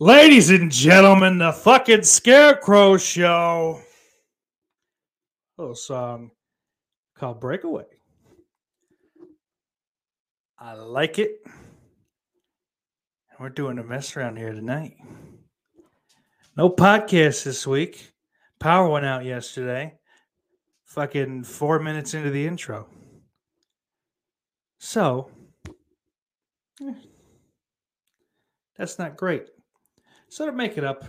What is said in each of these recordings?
Ladies and gentlemen, the fucking Scarecrow Show. little song called Breakaway. I like it. We're doing a mess around here tonight. No podcast this week. Power went out yesterday. Fucking four minutes into the intro. So, eh, that's not great. So, to make it up,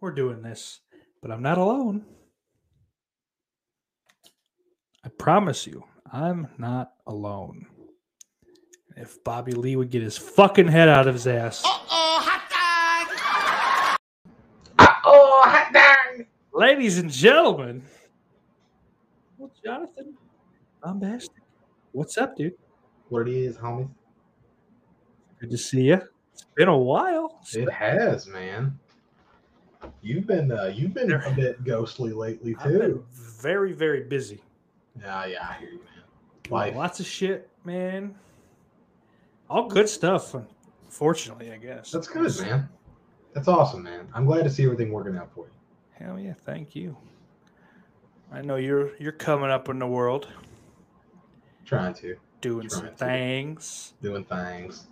we're doing this, but I'm not alone. I promise you, I'm not alone. If Bobby Lee would get his fucking head out of his ass. Uh-oh, hot dog! Uh-oh, hot dog! Ladies and gentlemen, well, Jonathan Bombastic, what's up, dude? What it is, homie? Good to see you. It's been a while. It has, man. You've been uh, you've been a bit ghostly lately I've been too. very, very busy. Yeah, yeah, I hear you, man. Doing Life. Lots of shit, man. All good stuff, unfortunately, I guess. That's good, man. That's awesome, man. I'm glad to see everything working out for you. Hell yeah, thank you. I know you're you're coming up in the world, Trying to, doing some Trying to. things, doing things.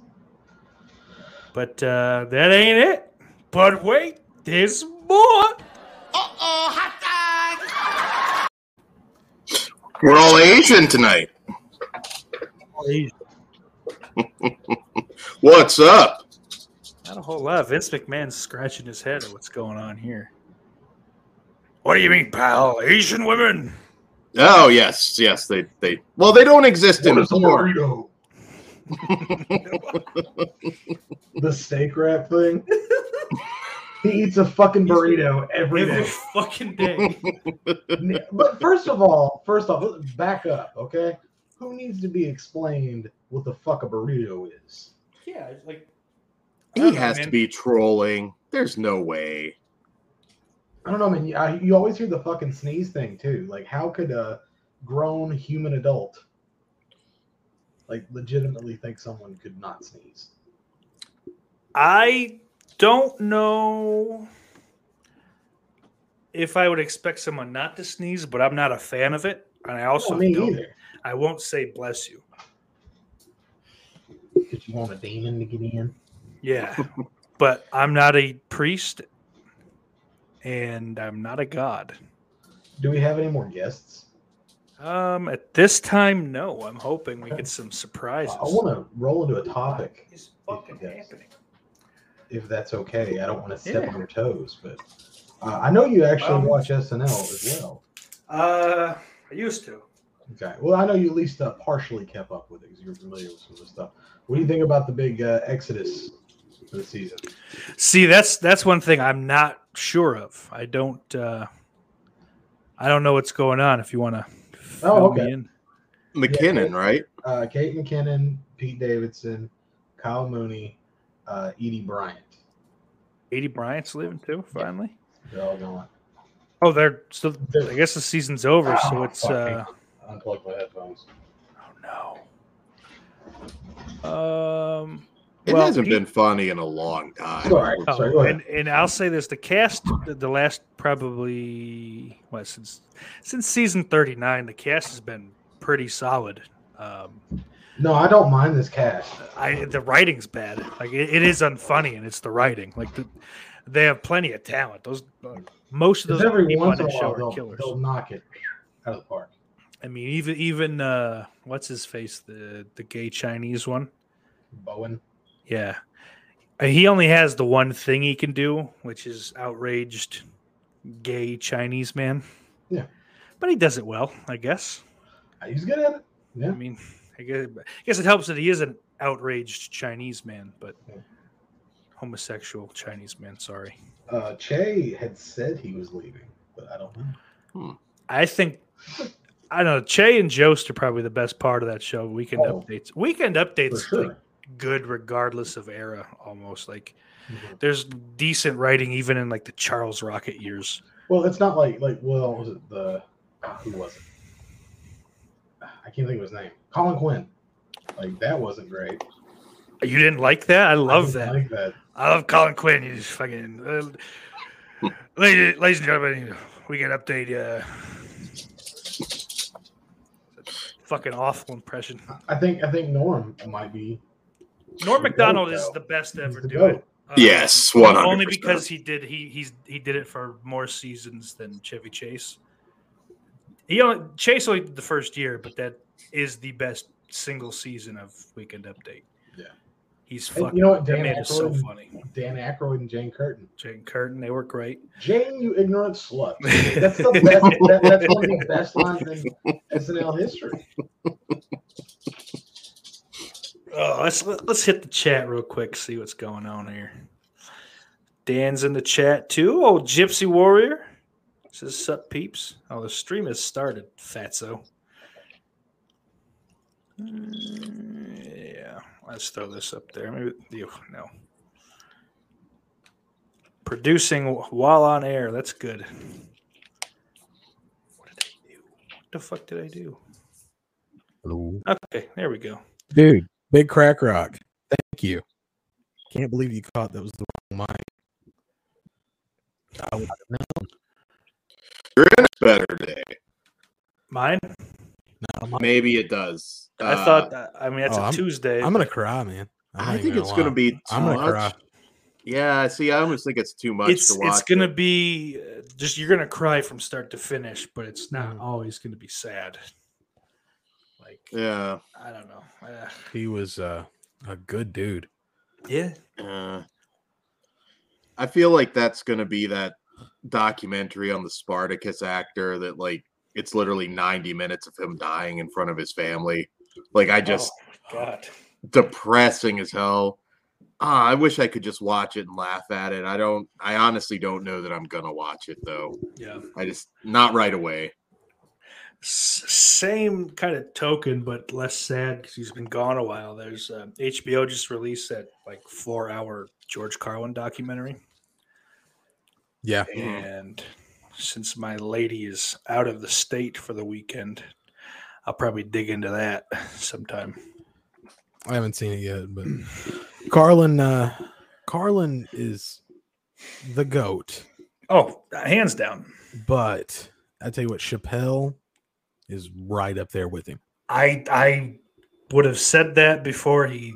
but uh, that ain't it. But wait, there's more. Uh-oh, hot dog! We're all Asian tonight. What's up? Not a whole lot. Vince McMahon's scratching his head at what's going on here. What do you mean, pal? Asian women? Oh yes, yes, they they well they don't exist in porn. burrito? the steak wrap thing? he eats a fucking burrito every Every day. fucking day. Ne- but first of all, first off, let's back up, okay? Who needs to be explained what the fuck a burrito is? yeah, it's like I He don't know, has man. to be trolling. There's no way. I don't know, man. You, I, you always hear the fucking sneeze thing too. Like, how could a grown human adult, like, legitimately think someone could not sneeze? I don't know if I would expect someone not to sneeze, but I'm not a fan of it, and I also Well, me don't- either. I won't say bless you. Because you want a demon to get in. Yeah, but I'm not a priest, and I'm not a god. Do we have any more guests? Um, at this time, no. I'm hoping we get some I, surprises. want to roll into a topic, It's fucking happening. if that's okay. I don't want to step Yeah. on your toes, but uh, I know you actually Um, watch SNL as well. Uh, I used to. Okay. Well, I know you at least uh, partially kept up with it because you were familiar with some of the stuff. What do you think about the big uh, exodus for the season? See, that's that's one thing I'm not sure of. I don't. uh I don't know what's going on. If you want to. Oh, okay. in. McKinnon, right? Uh, Kate McKinnon, Pete Davidson, Kyle Mooney, uh, Edie Bryant. Eighty Bryant's living too. Finally. They're all gone. Oh, they're so. I guess the season's over, so Oh, it's. fuck me. uh Unplug my headphones. Oh no. Um. It well, hasn't Pete- been funny in a long time. Sorry. Oh, Sorry, go ahead. and, and I'll say this: the cast, the, the last probably what since since season thirty nine, the cast has been pretty solid. Um, No, I don't mind this cast. I the writing's bad, like it, it is unfunny, and it's the writing. Like the, they have plenty of talent. Those like, most of those Because every people on once in a that show while are they'll, killers. they'll knock it out of the park. I mean, even even uh, what's his face, the the gay Chinese one. Bowen. Yeah. Uh, He only has the one thing he can do, which is outraged gay Chinese man. Yeah. But he does it well, I guess. uh, He's good at it. I Yeah. mean, I guess, I guess it helps that he is an outraged Chinese man, but Yeah. homosexual Chinese man, sorry. Uh, che had said he was leaving, but I don't know. I think I don't know, Che and Jost are probably the best part of that show. Weekend Oh. updates. Weekend For updates like sure. good regardless of era almost. Like there's decent writing even in like the Charles Rocket years. Well, it's not like like well, was it the uh, who was it? I can't think of his name. Colin Quinn. Like that wasn't great. You didn't like that? I love didn't that. Like that. I love Colin Quinn. You just fucking uh, ladies, ladies and gentlemen, we can update. Uh, fucking awful impression. I think I think Norm might be Norm The Macdonald goat, is though. the best to He's ever the do goat. it. Uh, yes, one hundred. only because he did he he's he did it for more seasons than Chevy Chase. He only Chase only did the first year, but that is the best single season of Weekend Update. Yeah. he's And you fucking. know what, that Dan man is so Aykroyd- funny. Dan Aykroyd and Jane Curtin. Jane Curtin, they work great. Jane, you ignorant slut. That's the best. that, that's one of the best lines in SNL history. Oh, let's let's hit the chat real quick. See what's going on here. Dan's in the chat too. Oh, Gypsy Warrior says, "Sup, peeps." Oh, the stream has started, Fatso. Mm, Yeah, let's throw this up there. Maybe you no. Producing while on air. That's good. What did I do? What the fuck did I do? Hello. Okay, there we go. Dude, big crack rock. Thank you. Can't believe you caught that was the wrong mic. I would have known. you're in a better day. Mine. No, my- Maybe it does. I Uh, thought that. I mean, that's oh, a I'm- Tuesday. I'm gonna cry, man. I'm I not think even it's gonna lie. be. Too I'm gonna much. cry. Yeah, see, I almost think it's too much it's to watch. it's gonna be uh, just you're gonna cry from start to finish, but it's not Mhm. always gonna be sad. Like Yeah. I don't know. Uh, He was uh, a good dude. yeah, Uh, I feel like that's going to be that documentary on the Spartacus actor that, like, it's literally 90 minutes of him dying in front of his family. Like, I just oh, my God. depressing as hell. Ah, I wish I could just watch it and laugh at it. I don't, I honestly don't know that I'm going to watch it though. Yeah. I just, not right away. S- same kind of token, but less sad because he's been gone a while. There's uh, HBO just released that like four hour George Carlin documentary. Yeah. Mhm. And since my lady is out of the state for the weekend, I'll probably dig into that sometime. I haven't seen it yet, but Carlin uh Carlin is the goat, Oh, hands down. but I tell you what, Chappelle is right up there with him. I I would have said that before he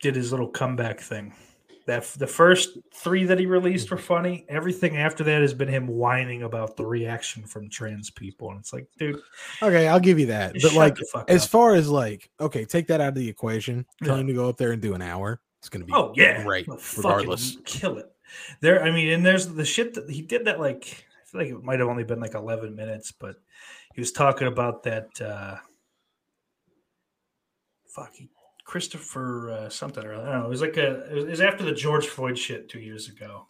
did his little comeback thing. That f- the first three that he released were funny. Everything after that has been him whining about the reaction from trans people, and it's like, dude, Okay, I'll give you that. But shut like the fuck as up. far as like, okay, take that out of the equation. Tell Yeah. him to go up there and do an hour. It's gonna be oh yeah, great, No, fucking regardless. kill it. There, I mean, and there's the shit that he did that like. I feel like it might have only been like 11 minutes, but he was talking about that. uh Fuck, he- Christopher uh, something or other. I don't know. It was like a. It was, it was after the George Floyd shit two years ago.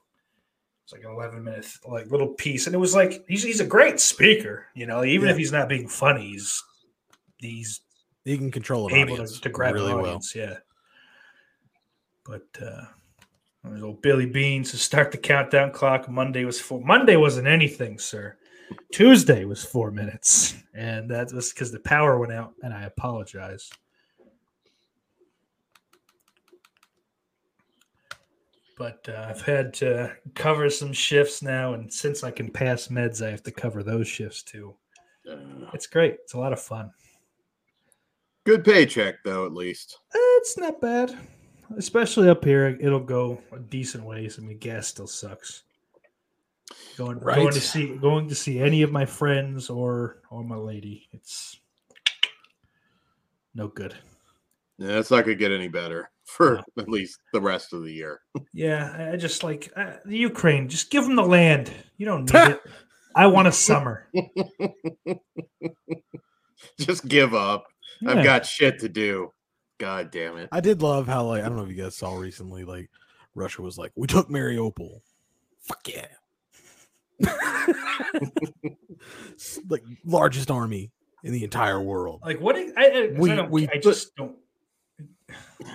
It's like an 11 minute like little piece, and it was like he's he's a great speaker. You know, even Yeah. if he's not being funny, he's he's He can control an able audience to, to grab really an well. audience, yeah. But uh there's old Billy Bean to start the countdown clock. Monday was four. Monday wasn't anything, sir. Tuesday was four minutes, and that was because the power went out. And I apologize. But uh, I've had to cover some shifts now, and since I can pass meds, I have to cover those shifts too. Uh, It's great. It's a lot of fun. Good paycheck though, at least. Eh, It's not bad, especially up here. It'll go a decent ways. I mean, gas still sucks. Going, going Right. to see going to see any of my friends or or my lady. It's no good. Yeah, that's not going to get any better for at least the rest of the year. Yeah, I- I just like uh, the Ukraine. Just give them the land. You don't need it. I want a summer. Just give up. Yeah. I've got shit to do. God damn it. I did love how like I don't know if you guys saw recently, like Russia was like, We took Mariupol. Fuck yeah. S- like largest army in the entire world. like what? do- I, I, 'cause We- I don't. we I just don't.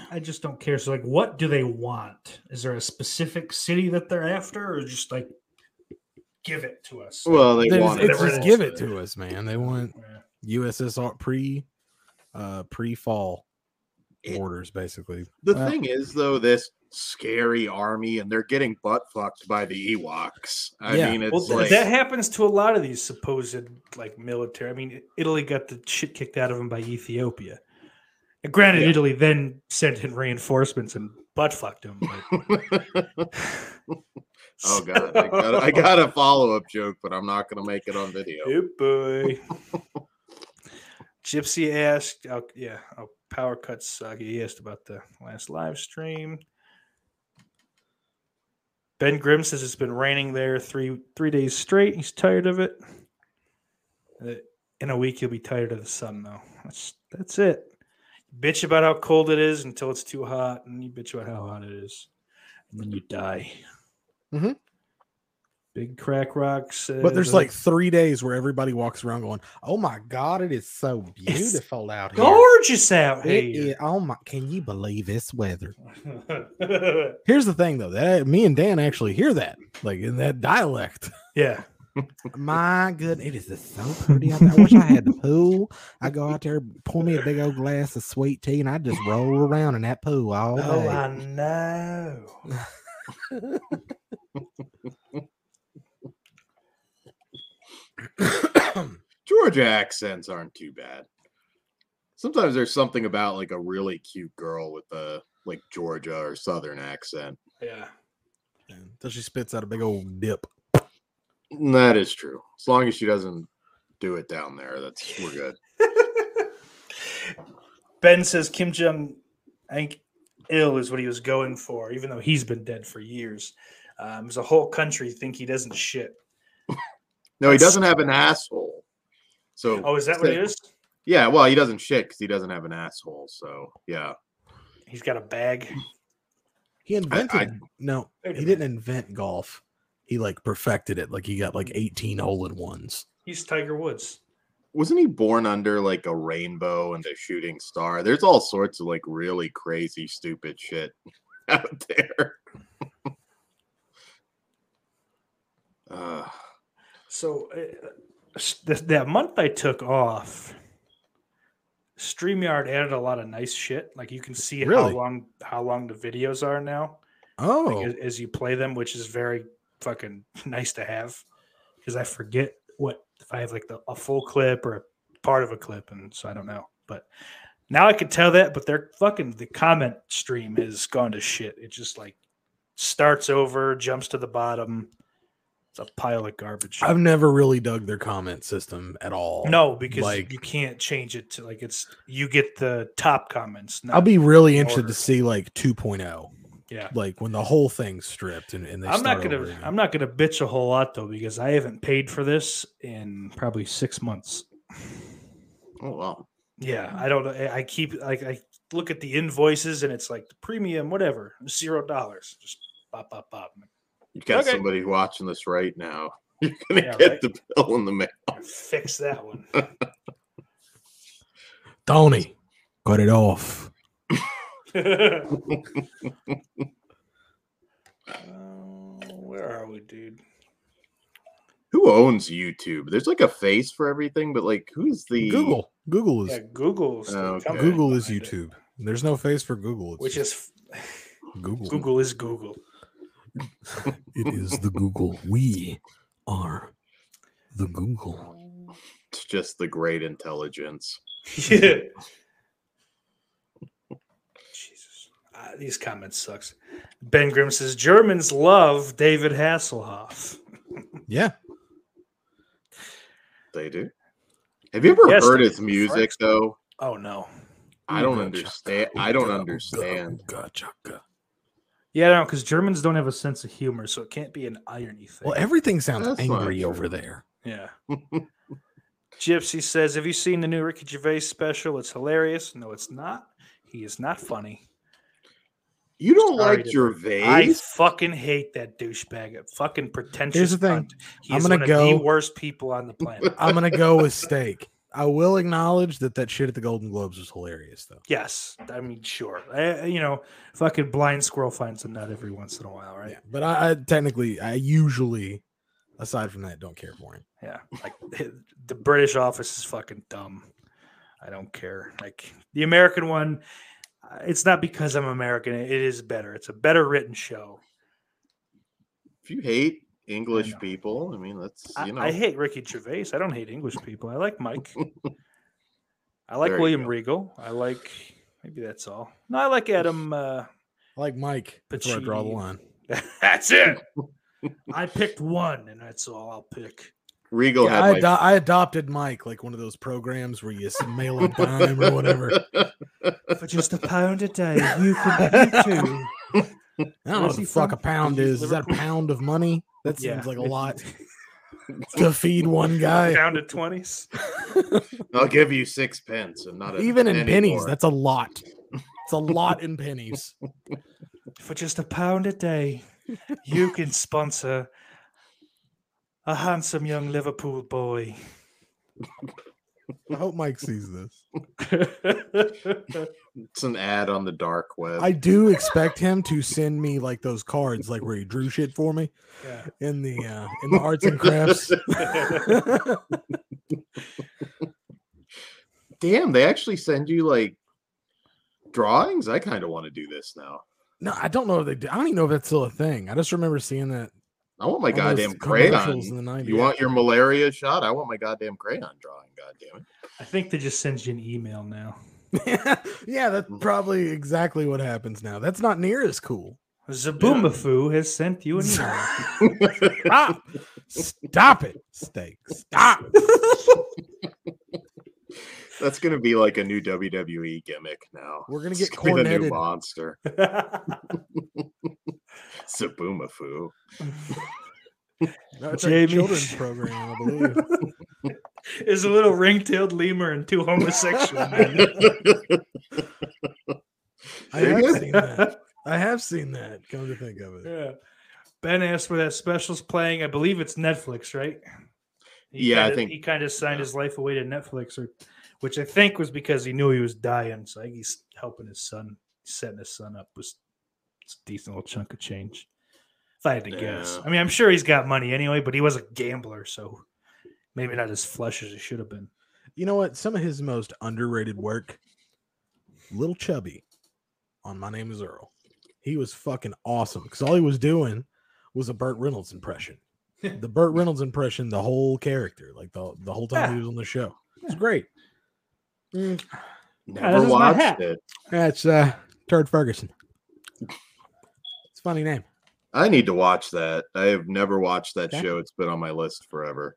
I just don't care. So, like, what do they want? Is there a specific city that they're after, or just like give it to us? Well, they Then want it's, wanted it. it's just give it to us, man. They want Yeah. USSR pre uh pre fall It- borders, basically. The Well- thing is, though, this scary army, and they're getting butt fucked by the Ewoks. I Yeah. mean, it's Well, th- like that happens to a lot of these supposed like military. I mean, Italy got the shit kicked out of them by Ethiopia. And granted, Yeah. Italy then sent in reinforcements and butt fucked them. oh god, I got, I got a follow up joke, but I'm not gonna make it on video. Hey, boy. Gypsy asked, oh, yeah, oh, Power Cut Saga. He asked about the last live stream. Ben Grimm says it's been raining there three three days straight. He's tired of it. Uh, In a week, you'll be tired of the sun, though. That's that's it. Bitch about how cold it is until it's too hot, and you bitch about how hot it is, and then you die. Mhm. Big crack rocks. But there's like three days where everybody walks around going, "Oh my god, it is so beautiful out here." gorgeous out It here. is- oh my, can you believe this weather? yeah. Here's the thing though, that me and Dan actually hear that, like in that dialect. My goodness, it is just so pretty out there. I wish I had the pool. I go out there, pour me a big old glass of sweet tea, and I just roll around in that pool all Oh, day. I know. Georgia accents aren't too bad. Sometimes there's something about like a really cute girl with a like Georgia or Southern accent. Yeah. Until she spits out a big old dip. That is true. As long as she doesn't do it down there, that's we're good. ben says Kim Jong Ank ill is what he was going for, even though he's been dead for years. Um, there's a whole country think he doesn't shit. No, he That's- doesn't have an asshole. So Oh, is that what it is? Yeah, well, he doesn't shit because he doesn't have an asshole. So yeah, He's got a bag. He invented no, Wait a he didn't invent golf. He like perfected it. Like he got like 18 hole in ones. He's Tiger Woods. wasn't he born under like a rainbow and a shooting star? There's all sorts of like really crazy, stupid shit out there. uh, So uh, s- th- that month I took off, Streamyard added a lot of nice shit. Like you can see how Really? long how long the videos are now Oh, like, as, as you play them, which is very fucking nice to have because I forget what if I have like the, a full clip or a part of a clip, and so I don't know. But now I can tell that. But they're fucking the comment stream has gone to shit. It just like starts over, jumps to the bottom. It's a pile of garbage. I've never really dug their comment system at all. No, because like- you can't change it to like it's you get the top comments. Not, I'll be really interested order. to see like 2.0, yeah. like when the whole thing's stripped and, and they I'm not start gonna over again. I'm not gonna bitch a whole lot though because I haven't paid for this in probably six months. oh well, Yeah, I don't. I I keep like I look at the invoices and it's like the premium whatever zero dollars. Just pop pop pop. you got Okay. somebody watching this right now. You're gonna Yeah, get right. the bill in the mail. Fix that one. Tony, cut it off. Uh, where are we, dude? Who owns YouTube? There's like a face for everything, but like who's the Google. Google is Oh. Yeah, Google's Oh, the Okay. company Google is behind it, YouTube. There's no face for Google. It's which just is Google. Google is Google. It is the Google. We are the Google. It's just the great intelligence. Yeah. Jesus. Ah, these comments sucks. Ben Grimm says Germans love David Hasselhoff. Yeah. They do. Have you ever Yes, heard they his do. music Farts. though? Oh no. I don't understand. I don't understand. Yeah, no, because Germans don't have a sense of humor, so it can't be an irony thing. Well, everything sounds That's not angry true. over there. yeah. Gypsy says, "Have you seen the new Ricky Gervais special? It's hilarious." No, it's not. He is not funny. You don't Sorry like to- Gervais? I fucking hate that douchebag. A fucking pretentious. Here's the thing. cunt. He I'm is gonna one go- of the worst people on the planet. I'm gonna go with steak. I will acknowledge that that shit at the Golden Globes was hilarious, though. Yes, I mean, sure. I, you know, fucking blind squirrel finds a nut every once in a while, right? Yeah, but I, I technically, I usually, aside from that, don't care for him. Yeah. Like the British office is fucking dumb. I don't care. Like the American one, uh, it's not because I'm American. It is better. It's a better written show. If you hate English I people, I mean, that's you know. I, I, hate Ricky Gervais. I don't hate English people. I like Mike. I like there William Regal. I like maybe that's all. No, I like Adam. Uh, I like Mike. That's where I draw the line. that's it. I picked one, and that's all I'll pick. Regal yeah, I, ad- I, adopted Mike, like one of those programs where you mail a dime or whatever. For just a pound a day, you can be too. I don't know what the fuck a pound is. Is that a pound of money? That yeah. seems like a lot to feed one guy. Down to twenties. I'll give you six pence and not even in pennies. More. That's a lot. It's a lot in pennies. For just a pound a day, you can sponsor a handsome young Liverpool boy. I hope Mike sees this. it's an ad on the dark web. I do expect him to send me like those cards, like where he drew shit for me, yeah. in the uh, in the arts and crafts. Damn, they actually send you like drawings. I kind of want to do this now. No, I don't know if they. Do. I don't even know if that's still a thing. I just remember seeing that I want my All goddamn crayon. You want your malaria shot? I want my goddamn crayon drawing. Goddamn it! I think they just send you an email now. yeah, that's probably exactly what happens now. That's not near as cool. Zaboomafoo yeah. has sent you an email. stop! Ah, Stop it, steak! Stop! That's gonna be like a new WWE gimmick now. We're gonna get corneted. The new monster. Sabumafu. no, it's Jamie. a children's program, I believe. Is a little ring-tailed lemur and two homosexual men. I have seen that. I have seen that. Come to think of it, yeah. Ben asked where that special's playing. I believe it's Netflix, right? He yeah, kinda, I think he kind of signed yeah. his life away to Netflix, or which I think was because he knew he was dying. So I think he's helping his son, setting his son up with a decent little chunk of change. If I had to yeah. guess, I mean, I'm sure he's got money anyway, but he was a gambler, so maybe not as flush as he should have been. You know what? Some of his most underrated work, Little Chubby, on My Name Is Earl. He was fucking awesome because all he was doing was a Burt Reynolds impression. the Burt Reynolds impression, the whole character, like the the whole time yeah. he was on the show. It's yeah. great. Mm. Never yeah, watched it. That's uh Turd Ferguson. It's funny name. I need to watch that. I have never watched that okay. show. It's been on my list forever.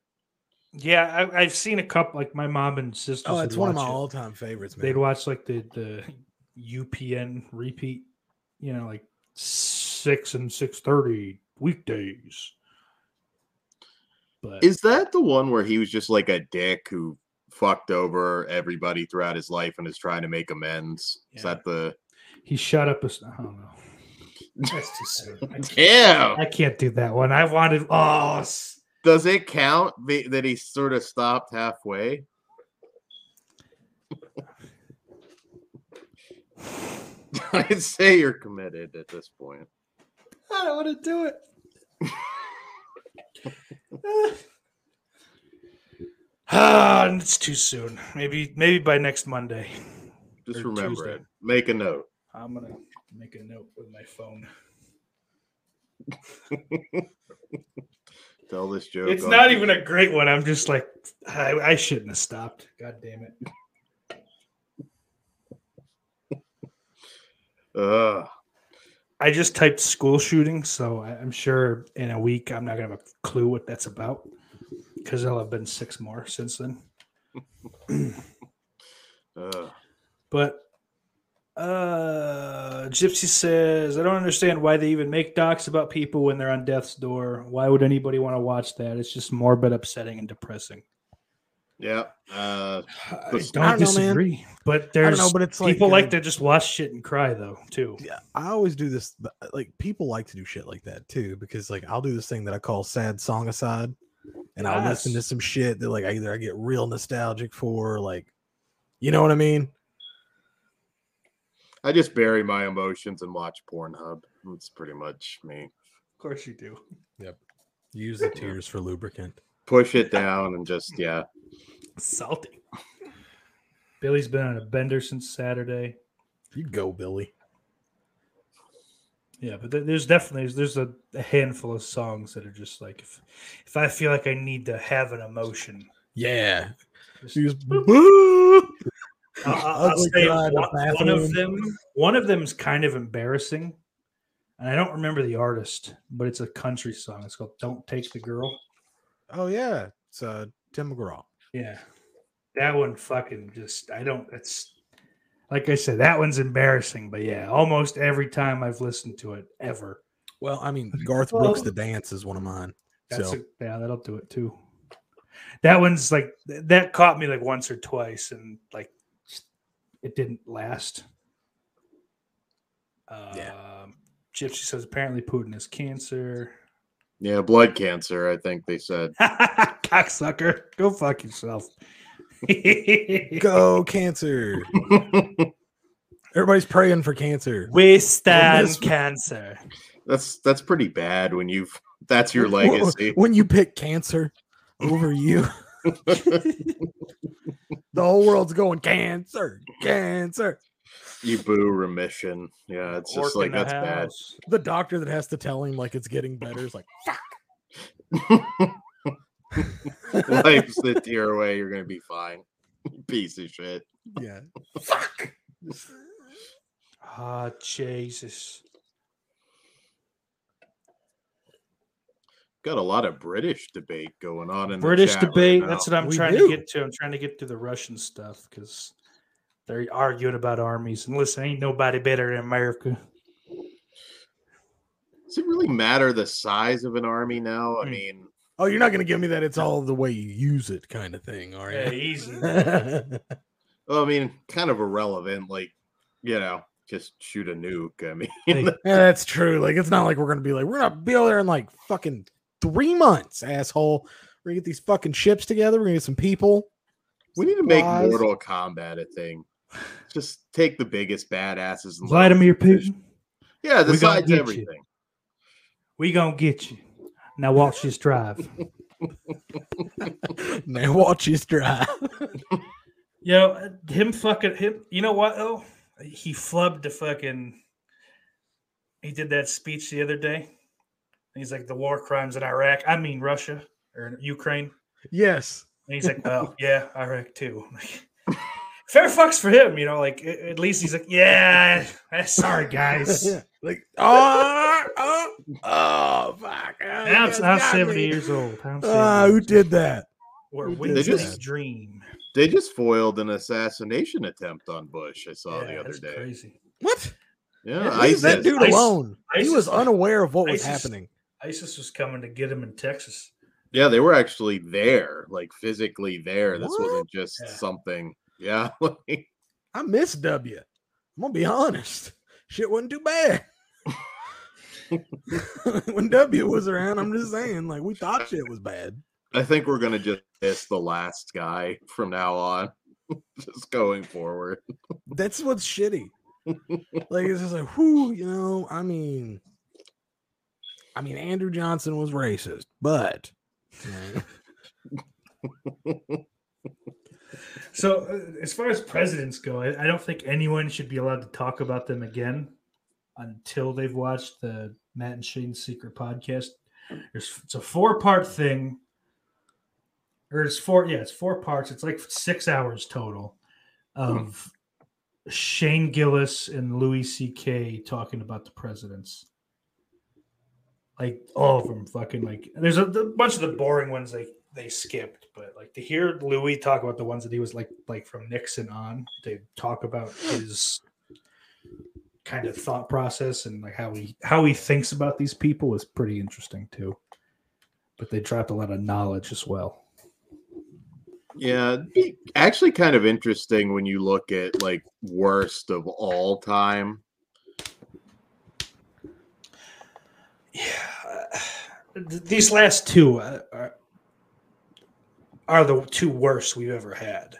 Yeah, I, have seen a couple. Like my mom and sisters. Oh, it's one of my it. all-time favorites. Man. They'd watch like the the UPN repeat. You know, like six and six thirty weekdays. But is that the one where he was just like a dick who fucked over everybody throughout his life and is trying to make amends? Yeah. Is that the he shut up? A, I don't know. That's too soon. I Damn, I can't do that one. I wanted. Oh, does it count that he sort of stopped halfway? I'd say you're committed at this point. I don't want to do it. ah, it's too soon. Maybe maybe by next Monday. Just remember Tuesday. it. Make a note. I'm gonna make a note with my phone. Tell this joke. It's not even a great one. I'm just like I, I shouldn't have stopped. God damn it. Ugh. I just typed school shooting, so I'm sure in a week I'm not gonna have a clue what that's about because there'll have been six more since then. uh. But uh, Gypsy says, I don't understand why they even make docs about people when they're on death's door. Why would anybody want to watch that? It's just morbid, upsetting, and depressing. Yeah, uh, I don't, I don't disagree, know, but there's know, but it's like, people uh, like to just watch shit and cry though too. Yeah, uh, I always do this. Like people like to do shit like that too because like I'll do this thing that I call sad song aside, and yes. I'll listen to some shit that like I either I get real nostalgic for, like you know what I mean. I just bury my emotions and watch Pornhub. That's pretty much me. Of course you do. Yep. Use the tears for lubricant. Push it down and just yeah salty. Billy's been on a bender since Saturday. You go, Billy. Yeah, but there- there's definitely there's a, a handful of songs that are just like if if I feel like I need to have an emotion, Yeah. just- She just, "Boo!" I- I- I'll Ugly say guy in the one, one of bathroom. them. One of them is kind of embarrassing, and I don't remember the artist, but it's a country song. It's called "Don't Take the Girl." oh yeah, it's uh, Tim McGraw. Yeah, that one fucking just I don't. It's like I said, that one's embarrassing. But yeah, almost every time I've listened to it ever, Well, I mean, Garth Well- Brooks, The Dance is one of mine. that's so a, yeah, that'll do it too. That one's like th- that caught me like once or twice, and like it didn't last. Um, Gypsy says apparently Putin is cancer. Yeah, blood cancer. I think they said. Cocksucker, go fuck yourself. go cancer. Everybody's praying for cancer. we stand cancer. that's that's pretty bad when you've that's your When- when- legacy. When you pick cancer over you, the whole world's going cancer, cancer. you boo remission. Yeah, it's just like that's bad. The doctor that has to tell him like it's getting better is like, Life's the tear away. You're gonna be fine. Piece of shit. yeah, Ah, Jesus. Got a lot of British debate going on in the British chat right debate. now. that's what I'm We trying do. to get to. I'm trying to get to the Russian stuff because they're arguing about armies. And listen, ain't nobody better than America. Does it really matter the size of an army now? I Hmm. mean, Oh, you're not gonna give me that. It's all the way you use it, kind of thing. All Yeah, right. easy. well, I mean, kind of irrelevant. Like, you know, just shoot a nuke. I mean, Hey, Yeah, that's true. Like, it's not like we're gonna be like, we're gonna be over there in like fucking three months, asshole. We're gonna get these fucking ships together. We're gonna get some people. we need to make Supplies. Mortal Kombat a thing. Just take the biggest badasses and let 'em- Vladimir Putin, Yeah, the we gonna size get you. everything. we gonna get you. Now watch this drive. Now watch this drive. You know, him fucking him. You know what though? He flubbed the fucking. He did that speech the other day. And he's like the war crimes in Iraq. I mean Russia or Ukraine. yes. And he's like, well, yeah, Iraq too. I'm like, Fair fucks for him, you know. Like a- at least he's like, yeah, eh, sorry guys. Yeah. Like, oh, oh, oh, fuck. Oh, you Now guys I'm, I'm got 70 me. years old. I'm 70 Ah, who years did that? old. Or who did Wednesday's that? dream. They just foiled an assassination attempt on Bush. I saw Yeah, the other that's day. crazy. What? Yeah, Leave that ISIS. dude ISIS- alone. he was ISIS- unaware of what was ISIS- happening. ISIS was coming to get him in Texas. Yeah, they were actually there, like physically there. This What? wasn't just Yeah. something. Yeah, like, I miss W. I'm gonna be honest. Shit wasn't too bad. when W was around, I'm just saying, like we thought shit was bad. I think we're gonna just miss the last guy from now on. just going forward. That's what's shitty. Like it's just like, whoo, you know. I mean, I mean, Andrew Johnson was racist, but you know, So, uh, as far as presidents go, I, I don't think anyone should be allowed to talk about them again until they've watched the Matt and Shane's Secret Podcast. There's it's a four part thing, or it's four yeah, it's four parts. It's like six hours total of Shane Gillis and Louis C.K. talking about the presidents. Like all of them, fucking like. There's a, a bunch of the boring ones they they skipped, but like to hear Louis talk about the ones that he was like like from Nixon on, to talk about his kind of thought process and like how he how he thinks about these people is pretty interesting too. But they dropped a lot of knowledge as well. Yeah, it'd be actually kind of interesting when you look at like worst of all time. Yeah, uh, these last two uh, are are the two worst we've ever had.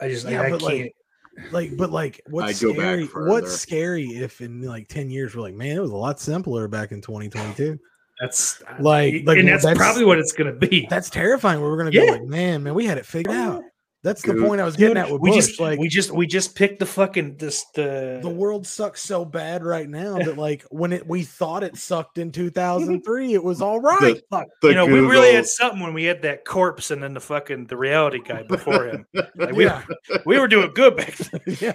I just Yeah, I, I but, can't. like, like, but like, what's I'd go back scary? further. What's scary if in like ten years we're like, man, it was a lot simpler back in 2022. that's like- like, and that's, that's- probably what it's gonna be. That's terrifying. Where we're gonna Yeah. go, like, man, man, we had it figured out. That's the point I was getting at with we Bush. just like we just we just picked the fucking this the, the world sucks so bad right now that like when it we thought it sucked in 2003, it was all right. fuck. the you know we really had Googles. something when we had that corpse and then the fucking the reality guy before him. Like we, yeah, we were doing good back then. yeah.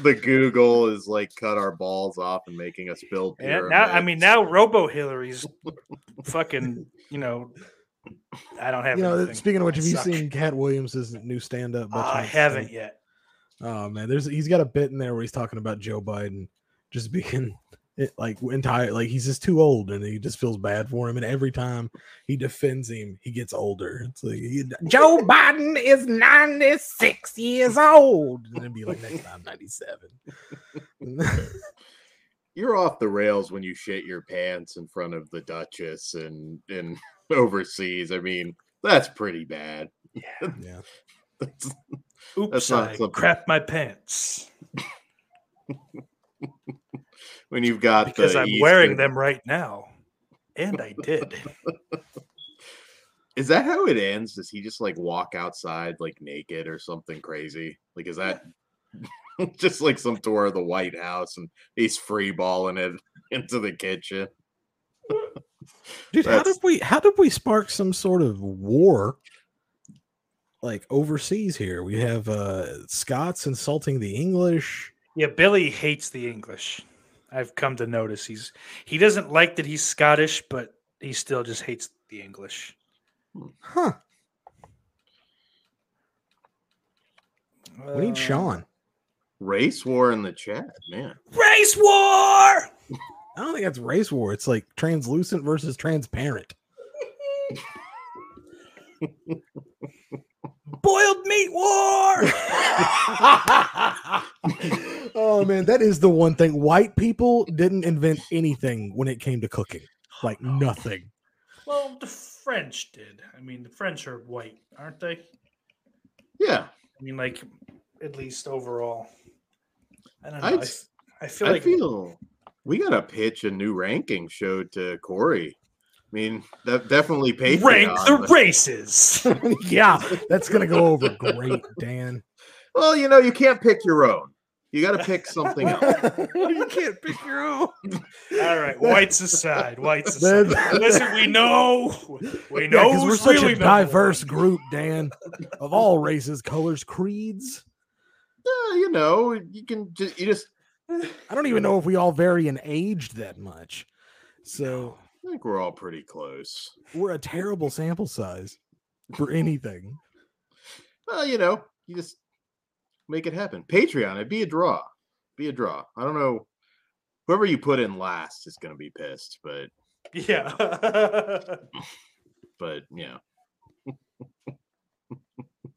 The Google is like cut our balls off and making us build Yeah, beer. now I mean now Robo Hillary's fucking you know I don't have You know, anything. speaking of which, I have you suck. seen Cat Williams' new stand up? Uh, I haven't yet. Oh man, there's he's got a bit in there where he's talking about Joe Biden just being it, like entire like he's just too old and he just feels bad for him. And every time he defends him, he gets older. It's like he- Joe Biden is 96 years old, and it'd be like next time 97. you're off the rails when you shit your pants in front of the Duchess and and overseas. I mean, that's pretty bad. Yeah. yeah, That's- Oops, That's not I something- crap my pants when you've got because the I'm wearing Eastern- them right now, and I did. Is that how it ends? Does he just like walk outside like naked or something crazy? Like is that just like some tour of the White House and he's free balling it into the kitchen? dude, how That's- did we how did we spark some sort of war? Like overseas here, we have uh Scots insulting the English. Yeah, Billy hates the English. I've come to notice he's he doesn't like that he's Scottish, but he still just hates the English. Huh. We Uh, need Sean. Race war in the chat, man. Race war. I don't think that's race war. It's like translucent versus transparent. Boiled meat war. oh man, that is the one thing. White people didn't invent anything when it came to cooking. Like nothing. well, the French did. I mean, the French are white, aren't they? Yeah. I mean, like at least overall. I don't know. I, I'd f- s- I feel I like feel we gotta pitch a new ranking show to Corey. I mean, that definitely Patreon. rank the but- races. yeah, that's gonna go over great, Dan. well, you know, you can't pick your own. You gotta pick something else. you can't pick your own. All right, whites aside, whites aside. That's- Listen, we know, we Yeah, know 'cause we're who's such really a number one. diverse group, Dan, of all races, colors, creeds. Yeah, you know, you can just you just I don't even know if we all vary in age that much. So I think we're all pretty close. we're a terrible sample size for anything. Well, you know, you just make it happen. Patreon, it'd be a draw. Be a draw. I don't know. Whoever you put in last is gonna be pissed, but Yeah. but yeah.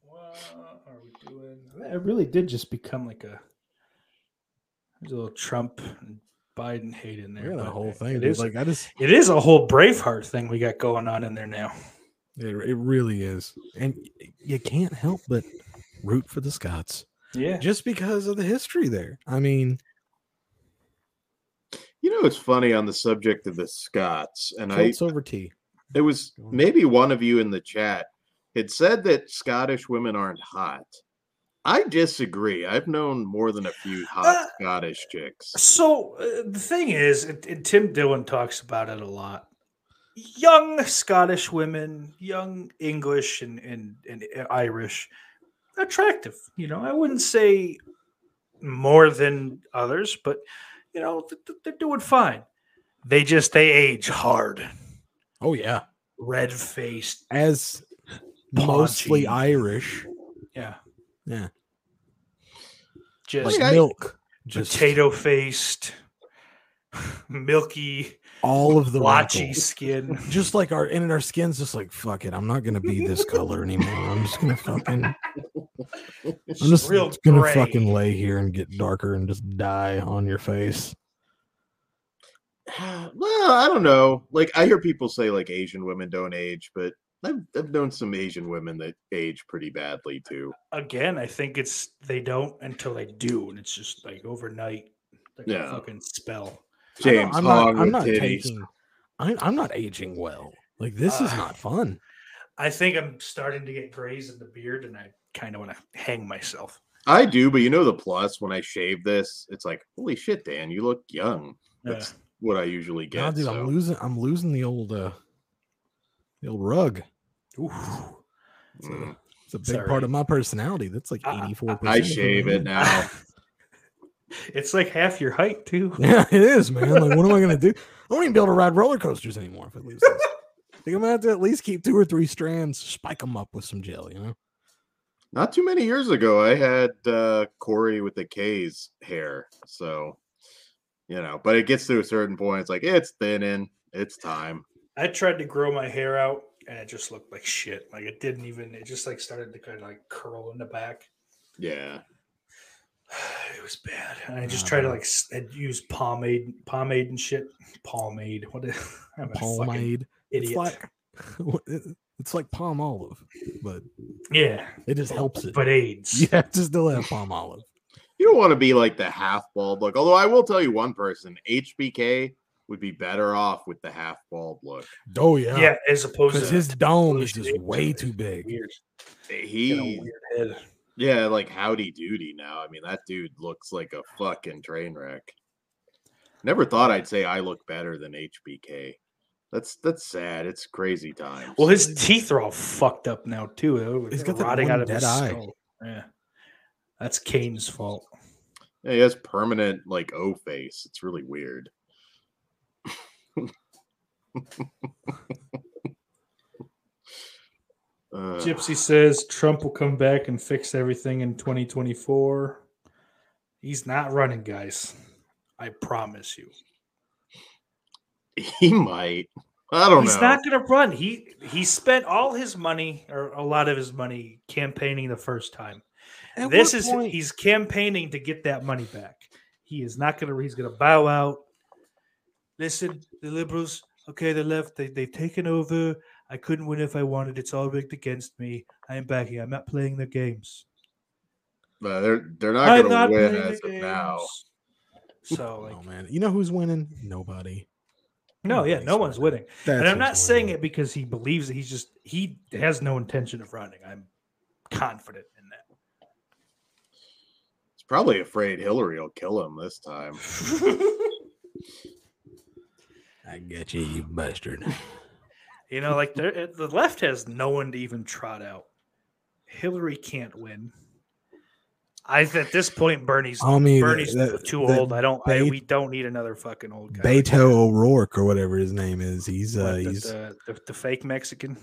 what are we doing? It really did just become like a there's a little Trump and Biden hate in there. Yeah, the but whole it- thing. It dude. is like I just it is a whole Braveheart thing we got going on in there now. it, it really is. And y- you can't help but root for the Scots Yeah. just because of the history there. I mean, You know, it's funny on the subject of the Scots, and I kilts over tea. It was Go on. maybe one of you in the chat had said that Scottish women aren't hot. I disagree. I've known more than a few hot Uh, Scottish chicks. So uh, the thing is, and, and Tim Dillon talks about it a lot. Young Scottish women, young English and and, and Irish, attractive. You know, I wouldn't say more than others, but you know th- th- they're doing fine. They just they age hard, Oh yeah, red faced. as mostly Paunchy. Irish, Yeah, Yeah. Just like mean, I- milk, just potato faced, milky, all of the blotchy wrinkles. skin. Just like our and in our skin's just like fuck it. I'm not gonna be this color anymore. I'm just gonna fucking. I'm just real gonna gray. fucking lay here and get darker and just die on your face. well, I don't know. Like I hear people say like Asian women don't age, but I've, I've known some Asian women that age pretty badly too. again, I think it's they don't until they do, and it's just like overnight, like Yeah. a fucking spell. I know, James Hong with titties. taking. I'm, I'm not aging well. Like this is Uh, not fun. I think I'm starting to get grays in the beard, and I kind of want to hang myself. I do, but you know the plus when I shave this, it's like, holy shit, Dan, you look young. Yeah. That's what I usually get. Nah, dude, I'm so. losing. I'm losing the old, uh, the old rug. It's a, Mm. it's a big Sorry. part of my personality. That's like I- I- eighty-four. percent I shave it now. It's like half your height too. Yeah, it is, man. Like, what am I gonna do? I won't even be able to ride roller coasters anymore if I lose this. Think I'm gonna have to at least keep two or three strands, spike them up with some gel. You know, Not too many years ago, I had uh, Corey with the K's hair. So, you know, but it gets to a certain point. It's like, it's thinning. It's time. I tried to grow my hair out, and it just looked like shit. Like it didn't even. It just like started to kind of like curl in the back. Yeah. It was bad. And I just Ah, tried to man. like s- I'd use pomade, pomade and shit. Pomade. What? the- I'm a fucking pomade. It's idiot. like it's like palm olive, but yeah, it just helps it. but AIDS. You have to still have palm olive. You don't want to be like the half bald look. Although I will tell you one person, HBK would be better off with the half bald look. Oh Yeah. yeah, as opposed Because to his dome Those is just shapes way are too big. weird, got a Eh, He, weird head. yeah, like howdy doody now. I mean, that dude looks like a fucking train wreck. Never thought I'd say I look better than HBK. That's that's sad. It's crazy times. Well, his teeth are all fucked up now too. though. He's They're got that rotting one out of his dead eye. skull. Yeah, that's Kane's fault. Yeah, he has permanent like O face. It's really weird. Uh, Gypsy says Trump will come back and fix everything in 2024. He's not running, guys. I promise you. He might. I don't He's know. not going to run. He he spent all his money or a lot of his money campaigning the first time. At this what is point- he's campaigning to get that money back. He is not going to. He's going to bow out. Listen, the liberals. Okay, the left. They they've taken over. I couldn't win if I wanted. It's all rigged against me. I am backing. I'm not playing their games. Uh, they're they're not going to win playing as the of now. games. So like oh man, you know who's winning? Nobody. no, yeah, Nobody's no one's winning. That's and I'm who's not saying winning. it because he believes it. He's just he has no intention of running. I'm confident in He's probably afraid Hillary will kill him this time. that. I get you, you bastard. you know, like there- the left has no one to even trot out. Hillary can't win. I at this point Bernie's Homie, Bernie's that- that- too that old. I don't. I, Be- we don't need another fucking old guy. like Beto O'Rourke or whatever his name is. He's that. uh, What, the- he's the, the, the fake Mexican.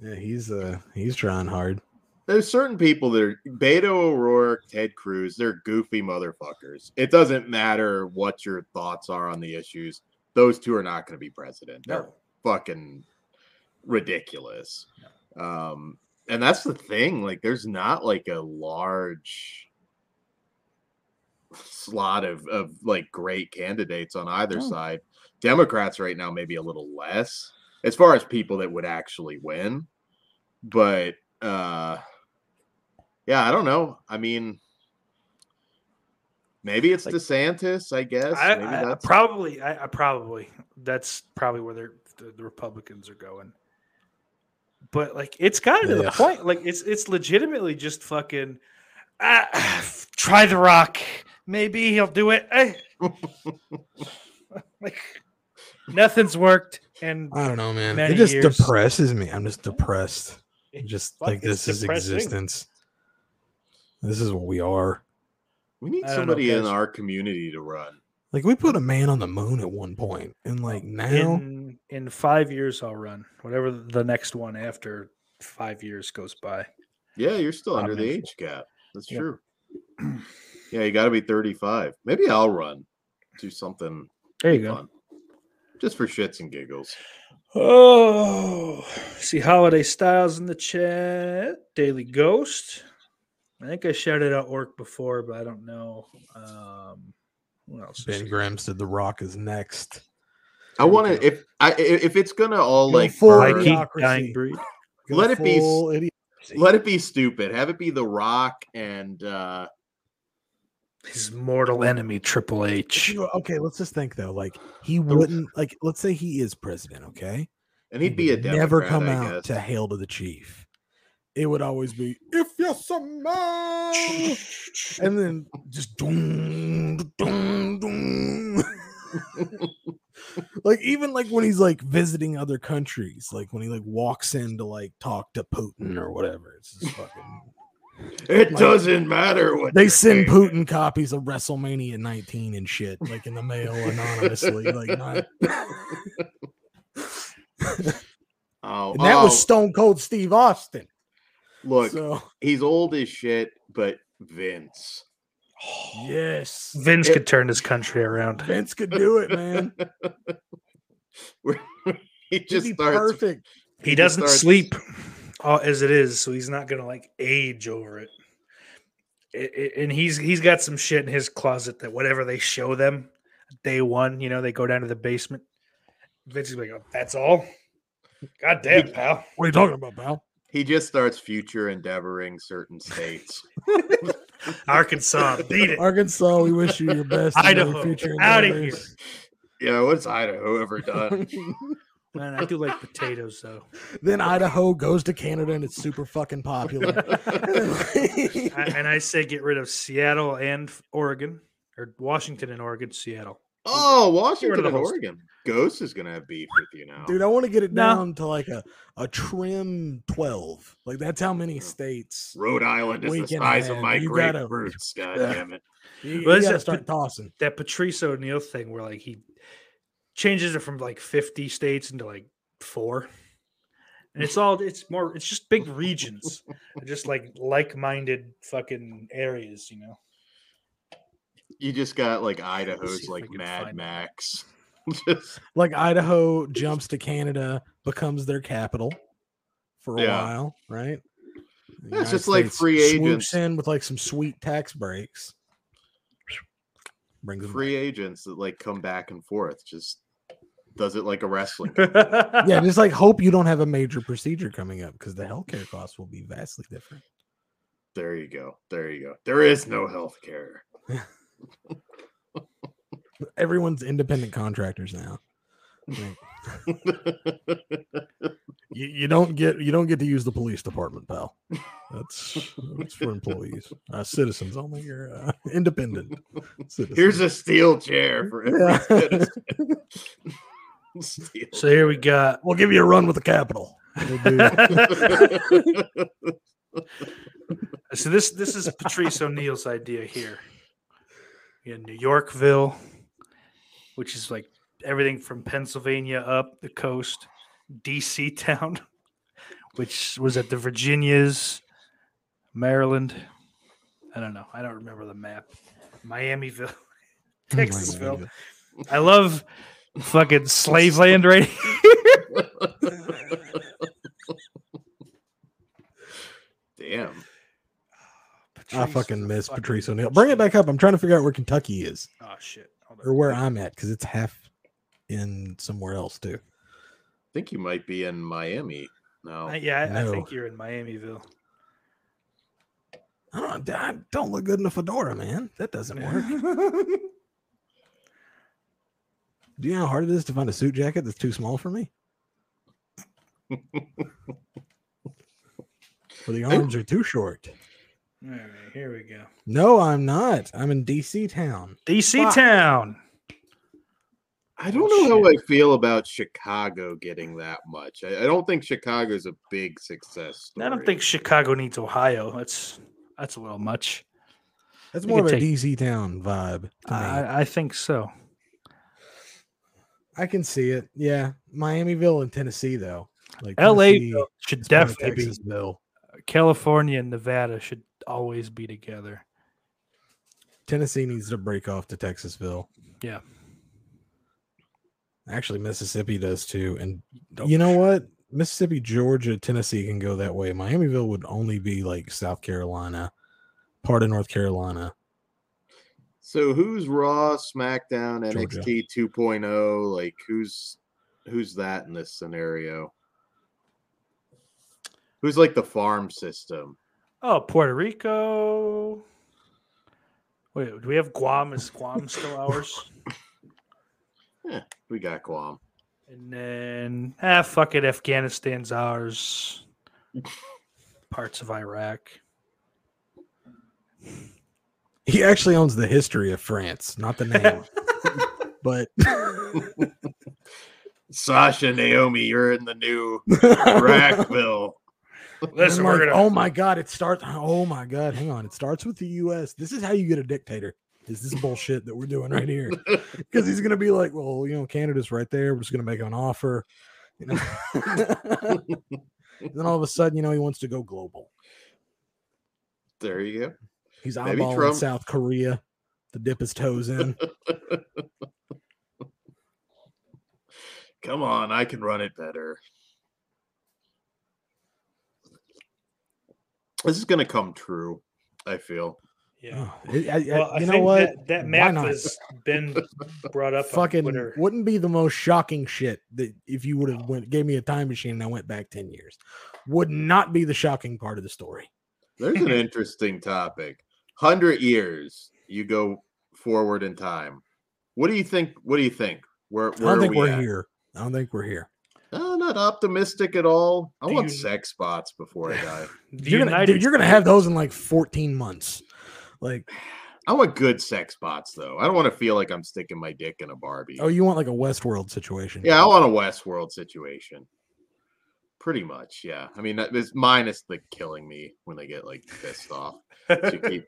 yeah, he's uh, he's trying hard. There's certain people that are Beto O'Rourke, Ted Cruz. They're goofy motherfuckers. It doesn't matter what your thoughts are on the issues. Those two are not going to be president. They're No. fucking ridiculous. Um, and that's the thing. Like, there's not like a large slot of of like great candidates on either No. side. Democrats right now maybe a little less as far as people that would actually win, but uh, yeah, I don't know. I mean. Maybe it's Like- DeSantis, I guess. I, Maybe I- I that's probably, I, I probably that's probably where they're, the, the Republicans are going. But like, it's gotten to the Yeah. point. Like, it's it's legitimately just fucking ah, try the rock. Maybe he'll do it. Eh. like, nothing's worked, and I don't know, man. Many it just years. depresses me. I'm just depressed. It's Just fuck- like it's this is depressing. existence. This is what we are. We need I don't know, somebody in guys. our community to run. Like we put a man on the moon at one point, and like now, in in five years, I'll run whatever the next one after five years goes by. Yeah, you're still under the Nomination. age cap. That's Yep. true. Yeah, you got to be 35. Maybe I'll run. Do something There you go. fun. Just for shits and giggles. Oh, see Holiday Styles in the chat. Daily Ghost. I think I shouted out Orc before, but I don't know. Um, what else? is Ben here? Graham said the Rock is next. I There we want to go. if I i- if it's going to all Go like full I merge, keep Idiocracy. dying breed. Let it be Full idiot. let it be stupid. Have it be The Rock and uh his mortal enemy Triple H. You know, Okay, let's just think though. Like he wouldn't like. Let's say he is president. Okay, And he'd be a would never Democrat, come I out guess. to hail to the chief. It would always be if you're some man," and then just doom, doom, doom. like even like when he's like visiting other countries, like when he like walks in to like talk to Putin or whatever. It's just fucking It doesn't matter what they your send name Putin copies of WrestleMania 19 and shit, like in the mail anonymously. like not, Oh, and that oh, was Stone Cold Steve Austin. look, so he's old as shit, but Vince. yes, Vince It- could turn this country around. Vince could do it, man. he Just just be starts perfect. He just doesn't starts- sleep uh, as it is, so he's not gonna like age over it. I- I- And he's he's got some shit in his closet that whatever they show them day one, you know, they go down to the basement. Vince is like, "Oh, "That's all." God damn, pal. What are you talking about, pal? he just starts future endeavoring certain states. Arkansas, beat it. Arkansas, we wish you your best. in your Idaho, future outta endeavors. yeah, what's Idaho ever done? Man, I do like potatoes though. Then Idaho goes to Canada and it's super fucking popular. I, and I say get rid of Seattle and Oregon, or Washington and Oregon, Seattle. Oh, Washington the and host. Oregon. Ghost is gonna have beef with you now. Dude, I want to get it No. down to like a, a trim 12. Like that's how many states. Rhode Island is we the can size of have- my you gotta- grapefruits. God Yeah. damn it! You, Well, you is gotta it- start tossing. That Patrice O'Neill thing where like he changes it from like 50 states into like four. And it's all it's more it's just big regions. They're just like like-minded fucking areas, you know. You just got like see Idaho's if I like can Mad find it. Max. just Like Idaho jumps to Canada, becomes their capital for a Yeah. while, right? The Yeah, it's United just like free agents. swoops in with like some sweet tax breaks. Brings them free agents that like come back and forth. Just does it like a wrestling. back. Yeah, just like hope you don't have a major procedure coming up because the healthcare costs will be vastly different. There you go. There you go. There is no health care. Everyone's independent contractors now. Like, you, you don't get you don't get to use the police department, pal. That's that's for employees, uh, citizens only. You're uh, independent. Citizens. Here's a steel chair for every Yeah. citizen. Steel So here we got we'll give you a run with the capital. We'll do- chair. so this this is Patrice O'Neill's idea here. In New Yorkville, which is like everything from Pennsylvania up the coast, DC town, which was at the Virginias, Maryland. I don't know. I don't remember the map. Miamiville, Texasville. I love fucking slave land right Damn. I fucking miss Patrice O'Neill. Bring it back up. I'm trying to figure out where Kentucky is Oh shit. Hold on. or where I'm at because it's half in somewhere else too. I think you might be in Miami now. I- Uh, yeah, I, I No. think you're in Miamiville. I don't, I don't look good in a fedora, man. That doesn't work. Do you know how hard it is to find a suit jacket that's too small for me? Where the arms are too short. All right, here we go. No, I'm not. I'm in DC town. DC Fuck. town. I don't Oh, know how I feel about Chicago getting that much. I, I don't think Chicago's a big success story. I don't think Chicago needs Ohio. That's that's a little much. That's You more can of a take- DC town vibe. to me. I, I think so. I can see it. Yeah, Miamiville and Tennessee though. Like LA Tennessee Ville should is part of definitely be. Texasville. California and Nevada should always be together. Tennessee needs to break off to Texasville. Yeah. Actually, Mississippi does too. And you know what? Mississippi, Georgia, Tennessee can go that way. Miamiville would only be like South Carolina, part of North Carolina. so. Who's Raw, SmackDown, Georgia. NXT 2.0? oh? Like who's who's that in this scenario? Who's like the farm system? Oh, Puerto Rico. Wait, do we have Guam? Is Guam still ours? Yeah, we got Guam. And then, ah, fuck it. Afghanistan's ours. Parts of Iraq. He actually owns the history of France, not the name. but Sasha, Naomi, you're in the new Iraq bill. Listen, I'm we're like, gonna. oh my god, it starts. Oh my god, hang on, it starts with the U.S. This is how you get a dictator. Is this bullshit that we're doing right here? Because he's gonna be like, well, you know, Canada's right there. We're just gonna make an offer. You know. then all of a sudden, you know, he wants to go global. There you go. He's Maybe eyeballing Trump- South Korea to dip his toes in. Come on, I can run it better. This is going to come true, I feel. Yeah. Oh, it- I- I- Well, I you know think what? That, that Why map not? has been brought up on Fucking Twitter. Oh. wouldn't be the most shocking shit that if you would have went gave me a time machine and I went back ten years, would not be the shocking part of the story. There's an interesting topic. 100 years, you go forward in time. What do you think? What do you think? Where, I where don't are think we we are at? here. I don't think we're here. No, not optimistic at all. I Do want you- sex bots before I die. The You're gonna, United- dude, you're gonna have those in like 14 months. Like, I want good sex bots, though. I don't want to feel like I'm sticking my dick in a Barbie. oh, you want like a Westworld situation? Yeah, I want a Westworld situation. Pretty much, yeah. I mean, that- it's minus the killing me when they get like pissed off. So you keep-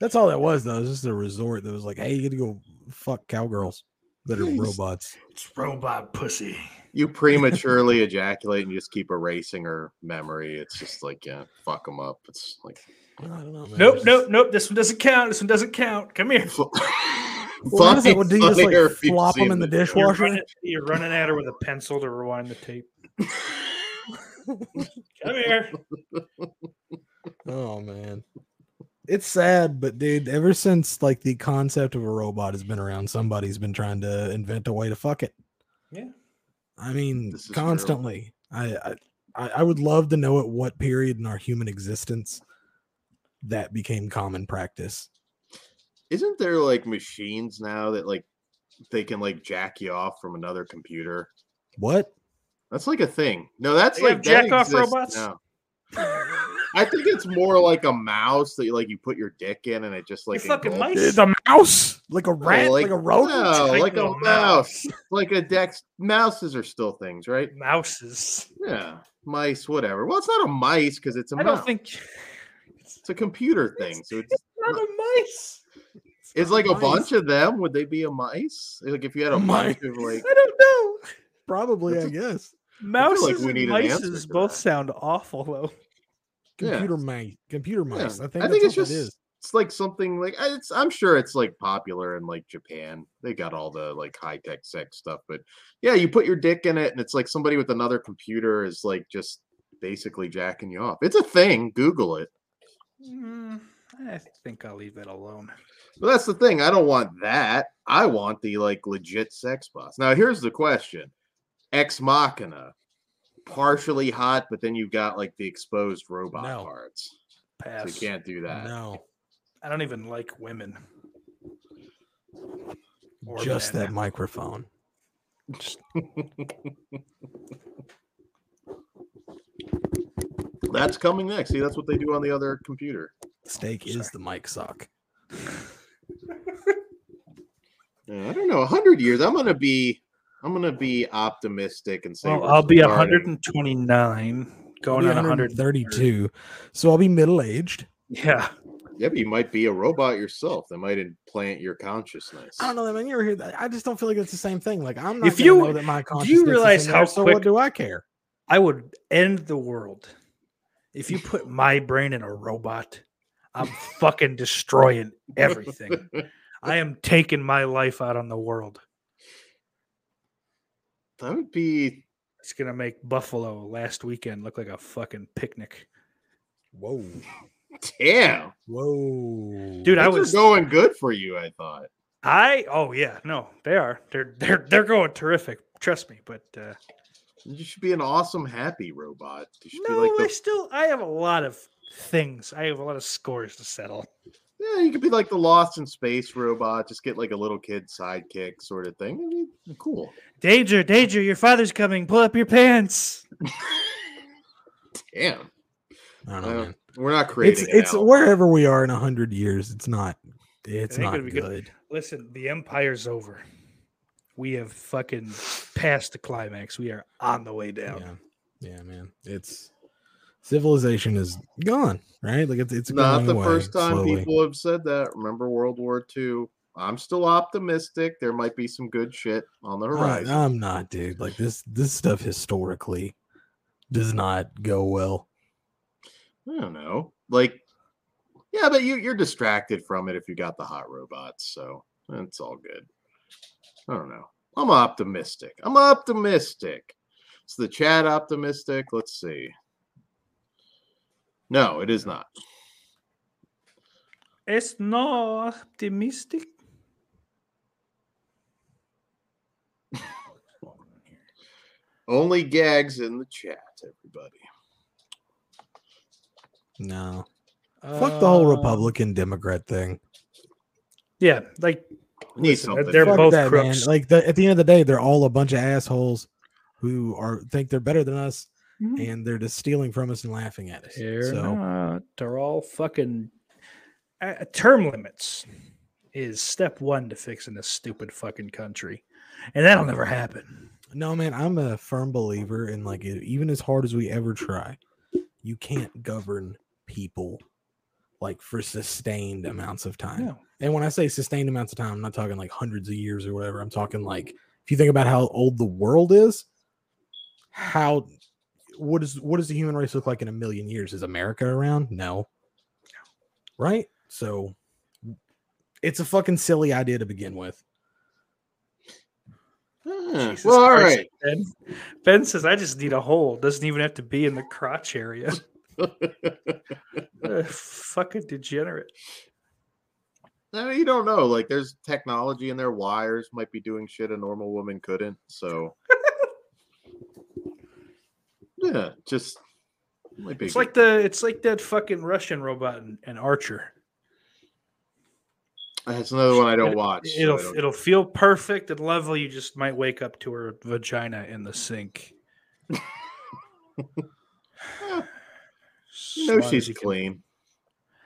that's all that was though. It was just a resort that was like, hey, you got to go fuck cowgirls that are Nice. robots. it's robot pussy. you prematurely ejaculate and you just keep erasing her memory. It's just like, yeah, fuck them up. It's like, I don't know. man. Nope, It's nope, nope. This one doesn't count. This one doesn't count. Come here. fl- Well, what is it? funny What, do you just funnier like if you've flop them seen in the this. You're dishwasher? running, you're running at her with a pencil to rewind the tape. Come here. Oh man. It's sad, but dude, ever since like the concept of a robot has been around, somebody's been trying to invent a way to fuck it. Yeah. I mean, This is true. constantly. I, I- I I would love to know at what period in our human existence that became common practice. Isn't there like machines now that like they can like jack you off from another computer? What? That's like a thing. No, that's They have like that jack-off exists robots? now. I think it's more like a mouse that you like you put your dick in and it just like You fucking engulfs- mice. It's a mouse? Like a No, rat? like, a rodent? No, Like like a a mouse. like a dex. Mouses are still things, right? Mouses. Yeah, mice, whatever. Well, it's not a mice because it's a I mouse. don't think it's a computer thing. So it's not a mice. it's like a mice. bunch of them. Would they be a mice? Like if you had a bunch of like I don't know. Probably, It's I a- guess. Mouses we and need an answer mices to both that. sound awful though. Yeah. Computer mice. Computer mice. Yeah, I think, I think it's that's what just it is. it's like something like I- it's. I'm sure it's like popular in like Japan. They got all the like high tech sex stuff, but yeah, you put your dick in it, and it's like somebody with another computer is like just basically jacking you off. It's a thing. Google it. Mm, I think I'll leave that alone. But that's the thing. I don't want that. I want the like legit sex bots. Now here's the question: Ex Machina, partially hot, but then you've got like the exposed robot No. parts. So you Pass. can't do that. No. I don't even like women. Or Just men. that microphone. That's coming next. See, that's what they do on the other computer. Steak Oh, is the mic sock. Yeah, I don't know. hundred years. I'm gonna be. I'm gonna be optimistic and say. Well, we're I'll be starting- 129, I'll going be on 100. 132. So I'll be middle aged. Yeah, Yep, you might be a robot yourself. That might implant your consciousness. I don't know that man. You ever hear that? I just don't feel like it's the same thing. Like I'm not. If If you- you know that my consciousness is realize in how there, so quick- what do I care? I would end the world if you put my brain in a robot. I'm fucking destroying everything. I am taking my life out on the world. That would be. It's gonna make Buffalo last weekend look like a fucking picnic, Whoa, Damn, whoa, dude. I things are was going good for you. I thought. I oh yeah no they are they're they're they're going terrific. Trust me, but uh, You should be an awesome, happy robot. You should no, be like I the, still I have a lot of things. I have a lot of scores to settle. Yeah, you could be like the Lost in Space robot. Just get like a little kid sidekick sort of thing. It'd be cool. Danger, danger, your father's coming. Pull up your pants. Damn. I don't know. Well, man. we're not It's creating. an it's owl. wherever we are in a hundred years. It's not. It's It ain't not gonna be good. good. Listen, the empire's over. We have fucking passed the climax. We are on the way down. Yeah. Yeah, man. It's civilization is gone, right? Like it's it's not going the away first time slowly. people have said that. Remember World War II? I'm still optimistic. There might be some good shit on the I- horizon. I'm not, dude. Like this this stuff historically does not go well. I don't know. Like, yeah, but you you're distracted from it if you got the hot robots, so it's all good. I don't know. I'm optimistic. I'm optimistic. Is the chat optimistic? Let's see. No, it is not. It's no optimistic. Only gags in the chat, everybody. No. Fuck the whole Uh, Republican Democrat thing. Yeah, like Need Listen, something. they're here. Fuck both that, man. crooks. Like the, at the end of the day, they're all a bunch of assholes who are think they're better than us Mm-hmm. and they're just stealing from us and laughing at us. They're so not. They're all fucking uh, term limits is step one to fixing this stupid fucking country, and that'll never happen. No, man, I'm a firm believer in like e- even as hard as we ever try, you can't govern people like for sustained amounts of time. No. And when I say sustained amounts of time, I'm not talking like hundreds of years or whatever. I'm talking like if you think about how old the world is, how what is what does the human race look like in a million years? Is America around? No. Right? So it's a fucking silly idea to begin with. Huh. Jesus Hmm. Well, all Christ, right. Ben. Ben says, "I just need a hole. Doesn't even have to be in the crotch area." Uh, fucking degenerate. No, you don't know. Like, there's technology in there. Wires might be doing shit a normal woman couldn't. So, yeah, just might be. It's like the it's like that fucking Russian robot and, Archer. that's another one I don't It- watch. so Oh, I It'll don't- it'll feel perfect and lovely. You just might wake up to her vagina in the sink. you know Smart as she's you can- clean.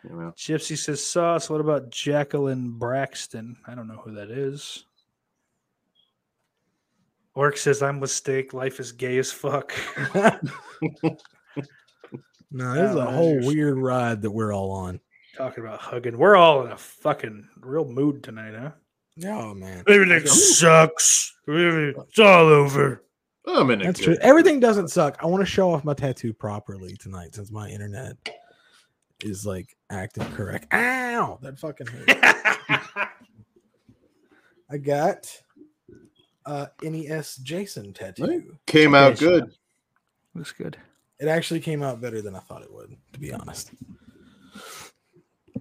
You know, Gypsy says sauce. What about Jacqueline Braxton? I don't know who that is. Orc says I'm with steak. Life is gay as fuck. No, this is Oh, a that's whole your- weird ride that we're all on. Talking about hugging. We're all in a fucking real mood tonight, huh? Oh man, Everything sucks. It's all over. I'm in a that's good- true. Everything doesn't suck. I want to show off my tattoo properly tonight since my internet is like acting correct. Ow, that fucking hurt. I got uh NES Jason tattoo. Came out Okay, so- good. Looks good. It actually came out better than I thought it would, to be honest. All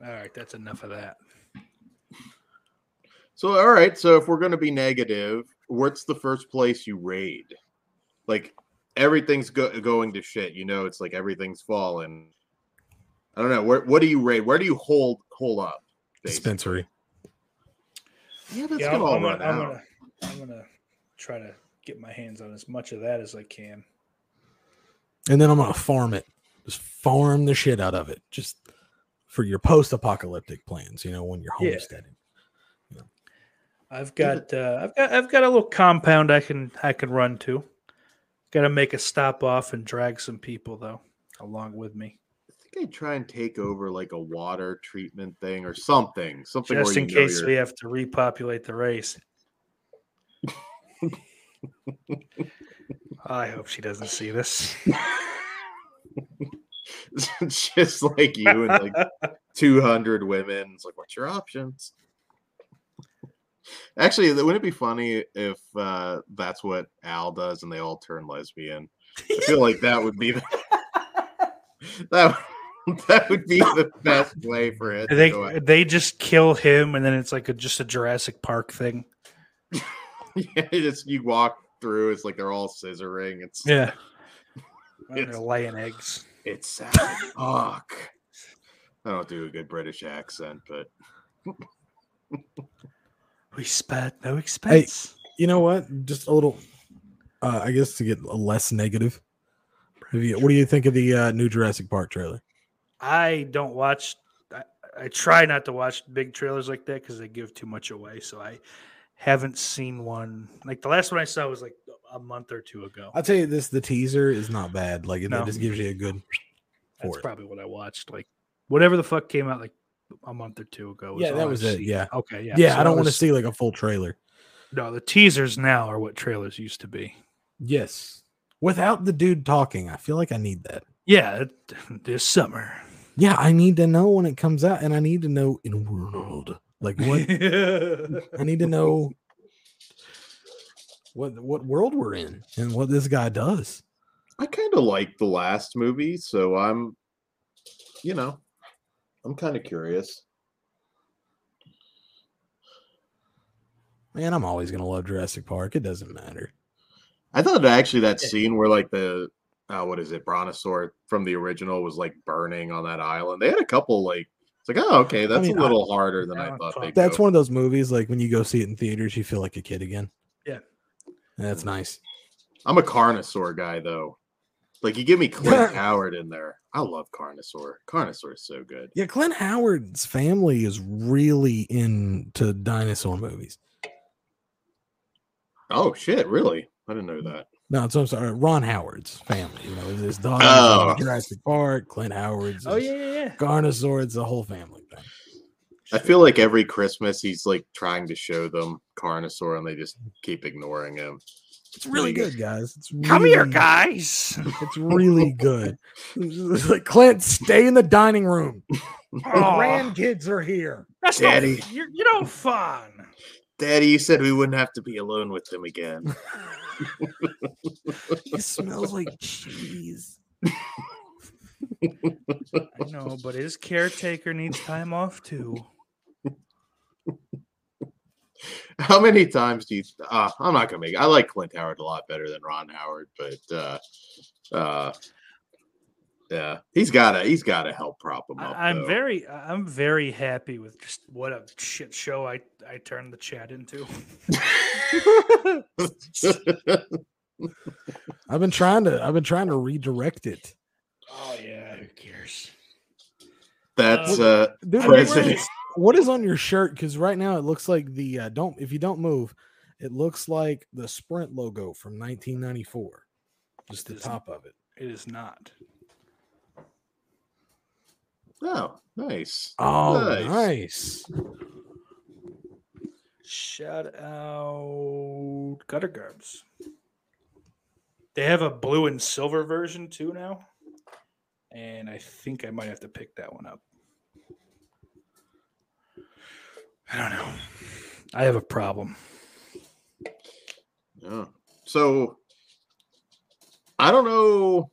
right, that's enough of that. So, all right. So, if we're going to be negative, what's the first place you raid? Like, everything's go- going to shit. You know, it's like everything's fallen. I don't know. Where, what do you raid? Where do you hold hold up? basically? Dispensary. Yeah, that's yeah, I'm, gonna all I'm run gonna, I'm out. gonna, I'm gonna try to get my hands on as much of that as I can. And then I'm gonna farm it. Just farm the shit out of it. Just for your post-apocalyptic plans, you know, when you're Yeah. homesteading. I've Yeah, got, uh, I've got, I've got a little compound I can, I can run to. Got to make a stop off and drag some people though along with me, I think I try and take over like a water treatment thing or something. Something just where in you know case you're- we have to repopulate the race. I hope she doesn't see this. it's just like you and like 200 women. It's like, what's your options? Actually, th- wouldn't it be funny if uh, that's what Al does and they all turn lesbian? I feel like that would be the, that, would- that would be the best way for it. to they go out. they just kill him and then it's like a, just a Jurassic Park thing. yeah, just you walk through, it's like they're all scissoring. It's Yeah. And they're It's- laying eggs. It's sad. Fuck. I don't do a good British accent, but we spared no expense. You know what? Just a little. Uh, I guess to get less negative. Have you- what do you think of the uh, new Jurassic Park trailer? I don't watch. I, I try not to watch big trailers like that because they give too much away. So I haven't seen one. Like the last one I saw was like a month or two ago. I'll tell you this: the teaser is not bad. Like it, No. it just gives you a good. for That's it. probably what I watched. Like whatever the fuck came out like a month or two ago. Yeah, all that I've was it, seen. yeah. Okay. Yeah. Oh, Yeah, so I that don't want to was- see like a full trailer. No, the teasers now are what trailers used to be. Yes, without the dude talking, I feel like I need that. Yeah, it- this summer. Yeah, I need to know when it comes out, and I need to know in world like what I need to know what what world we're in and what this guy does. I kind of like the last movie, so I'm, you know, I'm kind of curious. Man, I'm always gonna love Jurassic Park. It doesn't matter. I thought that actually that scene where like the uh, what is it Brontosaur from the original was like burning on that island. They had a couple like it's like oh okay that's mean, a I- little harder than I Yeah, thought they. That's go. one of those movies like when you go see it in theaters, you feel like a kid again. Yeah. And that's nice. I'm a Carnosaur guy though. Like you give me Clint Howard in there. I love Carnosaur. Carnosaur is so good. Yeah, Clint Howard's family is really into dinosaur movies. Oh shit, really? I didn't know that. No, it's, I'm sorry, Ron Howard's family. You know, his dog Oh. Jurassic Park, Clint Howard's, oh his yeah, yeah, yeah. Garnosaur, it's the whole family thing. I feel like every Christmas he's like trying to show them Carnosaur and they just keep ignoring him. It's Really really good. good, guys. It's Come here, really- guys. It's really good. It's like Clint, stay in the dining room. The Aw, grandkids are here. that's Daddy. Not, you're, you know, fun. Daddy, you said we wouldn't have to be alone with them again. It smells like cheese. I know, but his caretaker needs time off too. How many times do you? Uh, I'm not gonna make. I like Clint Howard a lot better than Ron Howard, but uh, uh, yeah, he's gotta he's gotta help prop him up. I, I'm though. very, I- I'm very happy with just what a shit show I I turned the chat into. I've been trying to I've been trying to redirect it. Oh yeah, who cares? That's uh, Dude, I what mean, is- President. what is on your shirt? Because right now it looks like the uh, don't if you don't move, it looks like the Sprint logo from 1994. Just the Doesn't- top of it. It is not. oh nice. Oh, Nice. nice. Shout out Gutter Garbs. They have a blue and silver version too now. And I think I might have to pick that one up. I don't know. I have a problem. Yeah. So I don't know.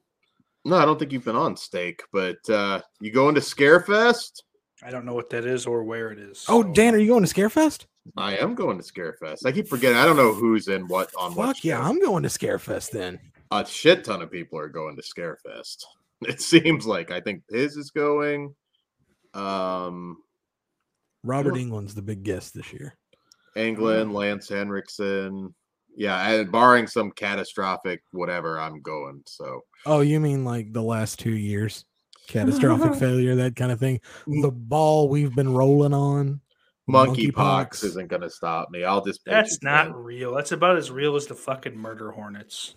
No, I don't think you've been on stake, but uh, you going to Scarefest? I don't know what that is or where it is. Oh, so- Dan, are you going to Scarefest? I Mm-hmm. am going to Scarefest. I keep forgetting. I don't know who's in what on what. Fuck yeah, show. I'm going to Scarefest then. a shit ton of people are going to Scarefest. It seems like I think his is going. Um Robert Cool. England's the big guest this year. Mm-hmm. England, Lance Henriksen. Yeah, and barring some catastrophic whatever, I'm going. So Oh, you mean like the last two years? Catastrophic failure, that kind of thing. Mm. The ball we've been rolling on. monkeypox Monkeypox. isn't gonna stop me. I'll just pitch That's it not then. real. That's about as real as the fucking murder hornets.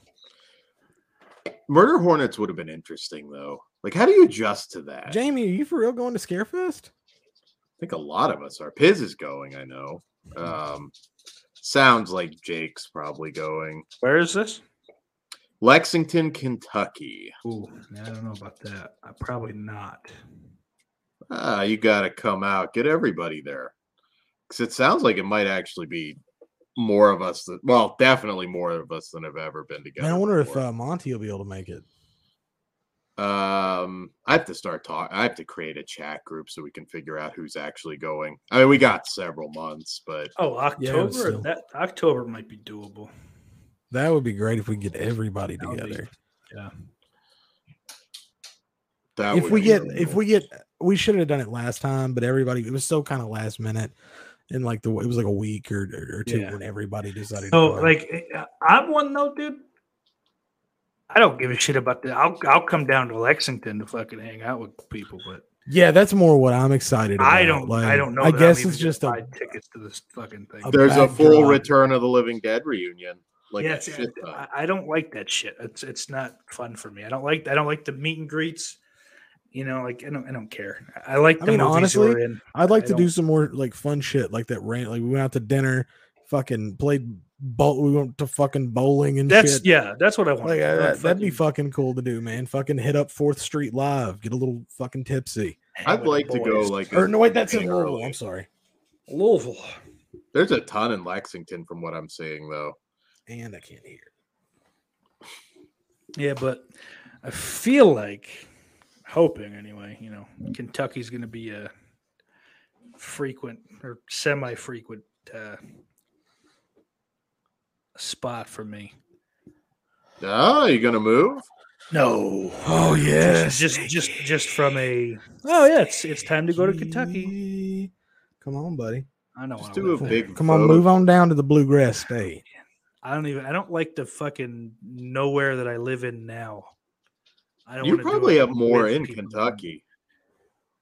Murder Hornets would have been interesting though. Like, how do you adjust to that? Jamie, are you for real going to Scarefest? I think a lot of us are. Piz is going, I know. Mm-hmm. Um sounds like Jake's probably going. Where is this? Lexington, Kentucky. Ooh, I don't know about that. I probably not. Ah, you got to come out, get everybody there. Because it sounds like it might actually be more of us. That, well, definitely more of us than have ever been together. Man, I wonder if before. uh, Monty will be able to make it. um, I have to start talking. I have to create a chat group so we can figure out who's actually going. I mean, we got several months, but Oh, Yeah, it October. was still- That October might be doable. That would be great if we could get everybody That would be- together. yeah. That if would we be get really if cool. we get we should have done it last time, but everybody it was so kind of last minute, and like the it was like a week or or, or two Yeah. when everybody decided. So, to go. like, I- I'm one though, dude. I don't give a shit about that. I'll I'll come down to Lexington to fucking hang out with people, but yeah, that's more what I'm excited. About. I don't. Like, I don't know. I that I'll guess even it's just buy a tickets to this fucking thing. a There's a bad full drive. Return of the Living Dead reunion. Like yeah, a it's- shit ton. I, I don't like that shit. It's it's not fun for me. I don't like I don't like the meet and greets. You know, like I don't I don't care. I I like I the mean, movies honestly, we're in. I'd like I to do don't- some more like fun shit like that. Rant like we went out to dinner, fucking played bowl. We went to fucking bowling and That's shit. yeah, that's what I want. Like I I, don't that, that'd be fucking fucking cool to do, man. Fucking hit up Fourth Street Live, get a little fucking tipsy. hang I'd with like the to go boys. like Or a- no, wait, that's in Hey, Louisville. early. I'm sorry. Louisville. There's a ton in Lexington from what I'm seeing though. And I can't hear. Yeah, but I feel like hoping anyway, you know, Kentucky's going to be a frequent or semi-frequent uh, spot for me. Oh, you gonna move? No. Oh yeah. Just just just just from a Oh yeah, it's it's time to go to Kentucky. Come on, buddy. I know. I Just don't do a live there. big Come on, vote. move on down to the bluegrass state. I don't even I don't like the fucking nowhere that I live in now. I don't You wanna do probably it have more with in people. Kentucky.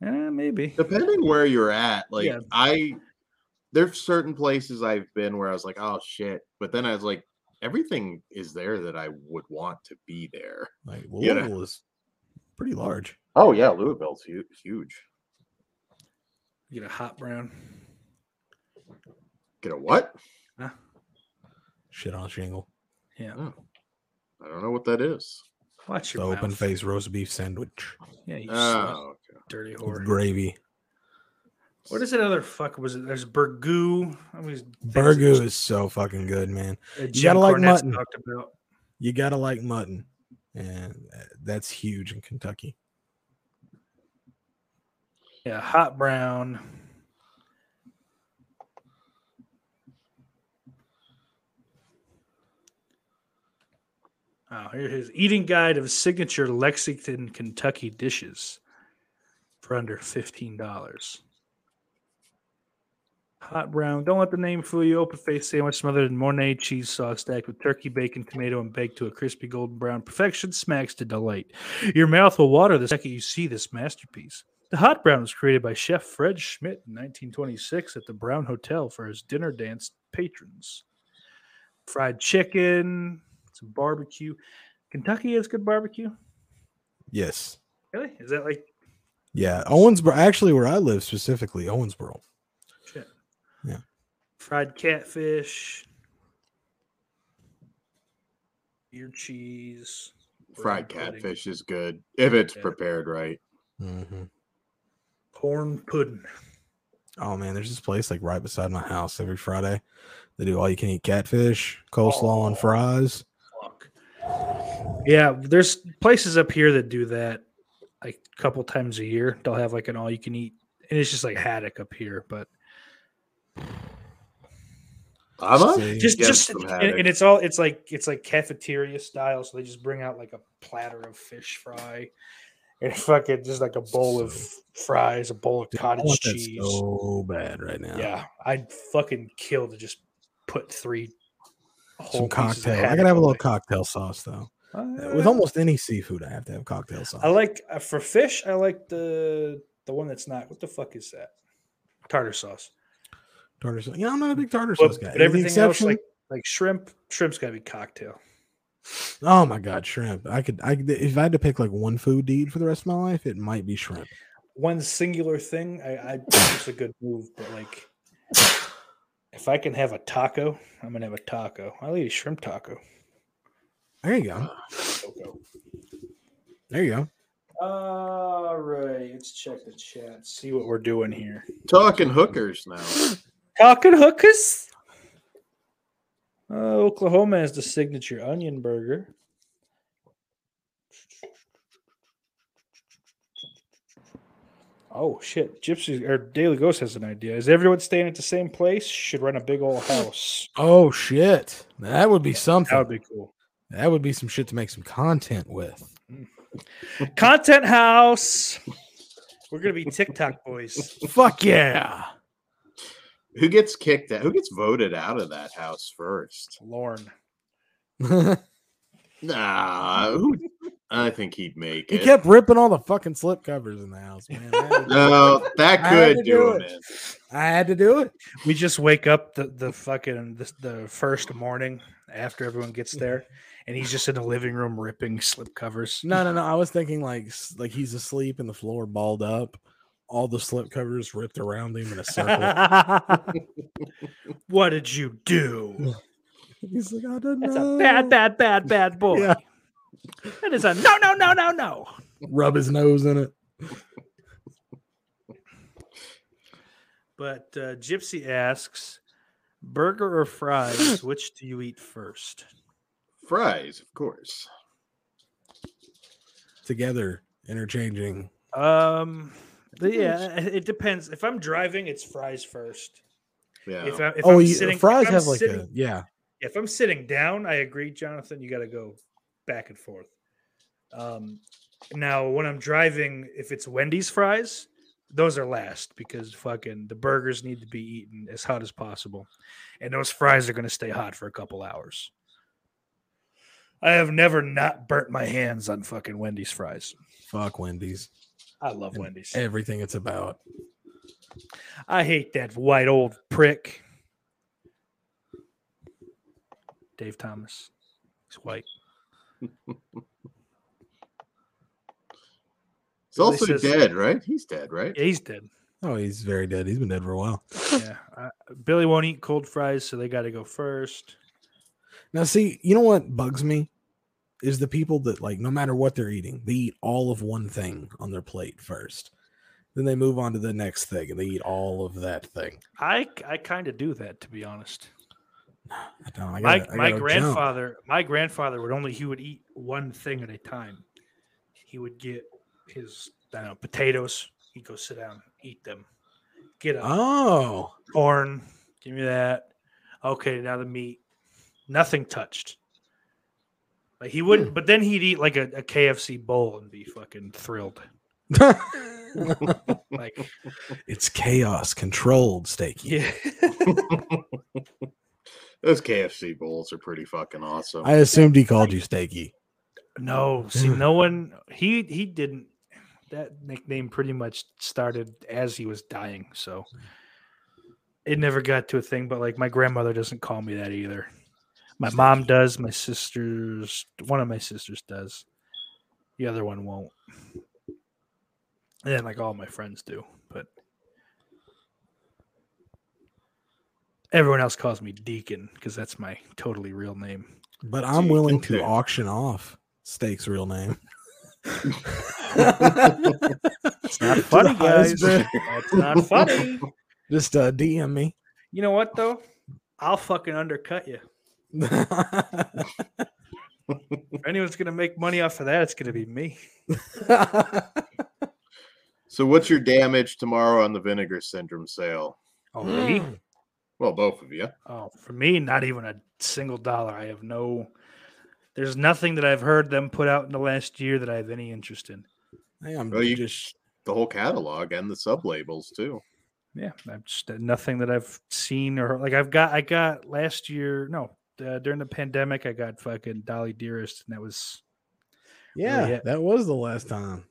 Eh, maybe. depending where you're at like Yeah. i there's certain places i've been where i was like oh shit but then i was like everything is there that i would want to be there Like well, Yeah. Louisville is pretty large. oh yeah louisville's hu- huge Get a hot brown. get a what Shit on a shingle. Yeah. oh. i don't know what that is Watch your The open mouth. face roast beef sandwich Yeah, you slut, oh okay. dirty with whore. gravy. What is that other fuck? Was it? There's Burgoo. I mean, things that Burgoo is so fucking good, man. that Jim gotta like Cornette's mutton. Talked about. You gotta like mutton, and uh, that's huge in Kentucky. Yeah, hot brown. Oh, here it is. Eating guide of signature Lexington, Kentucky dishes for under fifteen dollars. Hot brown. Don't let the name fool you. Open faced sandwich smothered in Mornay cheese sauce, stacked with turkey, bacon, tomato, and baked to a crispy golden brown perfection. Smacks to delight. Your mouth will water the second you see this masterpiece. The hot brown was created by Chef Fred Schmidt in 1926 at the Brown Hotel for his dinner dance patrons. Fried chicken, some barbecue. Kentucky has good barbecue. Yes, Really? Is that like yeah. Owensboro, actually, where I live specifically, Owensboro. shit? Yeah. Fried catfish, beer cheese, fried bread pudding, catfish is good if it's Yeah. prepared right Mhm. corn pudding. Oh man, there's this place like right beside my house every Friday. They do all you can eat catfish, coleslaw, Oh. and fries. Fuck. Yeah, there's places up here that do that like a couple times a year. They'll have like an all you can eat, and it's just like haddock up here. But i'm up See, just get just some and, haddock. and it's all it's like it's like cafeteria style. So they just bring out like a platter of fish fry, and fucking just like a bowl of So- fries, a bowl of dude, I cottage want that cheese. so bad right now. Yeah, I'd fucking kill to just put three. some whole pieces of cocktail. I haddock gotta have a little away. cocktail sauce though. Uh, With Uh, almost any seafood, I have to have cocktail sauce. I like uh, for fish. I like the the one that's not. What the fuck is that? Tartar sauce. tartar sauce. You know, I'm not a big tartar But, sauce guy. but With the everything else, exception- like like shrimp, shrimp's got to be cocktail. oh my god, shrimp. I could, I could- if I had to pick like one food to eat for the rest of my life, it might be shrimp. One singular thing. I, I it's a good move, but like if I can have a taco, I'm gonna have a taco. I'll eat a shrimp taco. There you go. Taco. There you go. All right, let's check the chat. See what we're doing here. talking hookers now Talking hookers. Uh, Oklahoma has the signature onion burger. Oh shit! Gypsy or Daily Ghost has an idea. Is everyone staying at the same place? Should rent a big old house. Oh shit, that would be something. That would be cool. That would be some shit to make some content with. Content house. We're gonna be TikTok boys. Fuck yeah. Who gets kicked out? Who gets voted out of that house first? Lorne. Nah, who, I think he'd make He it. kept ripping all the fucking slip covers in the house, man. I had to, no, that I could had to do do him it. in. I had to do it. We just wake up the, the fucking the, the first morning after everyone gets there, and he's just in the living room ripping slip covers. No, no, no. I was thinking like s- like he's asleep and the floor balled up, all the slip covers ripped around him in a circle. what did you do? he's like, I don't know. That's a bad, bad, bad, bad boy. Yeah. That is a no, no, no, no, no. Rub his nose in it. But uh, Gypsy asks, burger or fries? Which do you eat first? Fries, of course. Together, interchanging. Um, the- yeah, it it depends. If I'm driving, it's fries first. Yeah. If I'm, if oh, I'm you, sitting, fries if I'm have like sitting, a yeah. If I'm sitting down, I agree, Jonathan. You got to go back and forth. Um, now when I'm driving, if it's Wendy's fries, those are last because fucking the burgers need to be eaten as hot as possible, and those fries are going to stay hot for a couple hours. I have never not burnt my hands on fucking Wendy's fries. Fuck Wendy's. I love And Wendy's. Everything it's about. I hate that white old prick. Dave Thomas. He's white. He's also Billy says- dead, right? He's dead, right? Yeah, he's dead. Oh, he's very dead. He's been dead for a while. Yeah. Uh, Billy won't eat cold fries, so they got to go first. Now, see, you know what bugs me is the people that like no matter what they're eating, they eat all of one thing on their plate first. Then they move on to the next thing and they eat all of that thing. I, I kind of do that, to be honest. I don't, I My, gotta- I my gotta jump. grandfather, my grandfather would only, he would eat one thing at a time. He would get his, I don't know, potatoes. He'd go sit down, eat them, get up, Oh, corn. Give me that. Okay, now the meat. Nothing touched. Like he wouldn't, Hmm. but then he'd eat like a, a KFC bowl and be fucking thrilled. Like, Oh. it's chaos controlled steak. yeah, Those KFC bowls are pretty fucking awesome. I assumed he called you Steaky. no, see, no one. He he didn't. That nickname pretty much started as he was dying, so it never got to a thing. But like, my grandmother doesn't call me that either. My mom does. My sisters, one of my sisters does. The other one won't. And then, like all my friends do, but everyone else calls me Deacon because that's my totally real name. But I'm willing okay. to auction off Steak's real name. It's not To the funny, guys. highest bid. That's not funny. Just uh, DM me. You know what though? I'll fucking undercut you. If anyone's gonna make money off of that, it's gonna be me. so, what's your damage tomorrow on the vinegar syndrome sale? Oh, me? Mm, Well, both of you. Oh, for me, not even a single dollar. I have no. There's nothing that I've heard them put out in the last year that I have any interest in. Hey, I'm Well, you- just The whole catalog and the sub labels, too. Yeah, I've just uh, nothing that I've seen or like. I've got I got last year. No, uh, during the pandemic, I got fucking Dolly Dearest, and that was yeah, yeah. that was the last time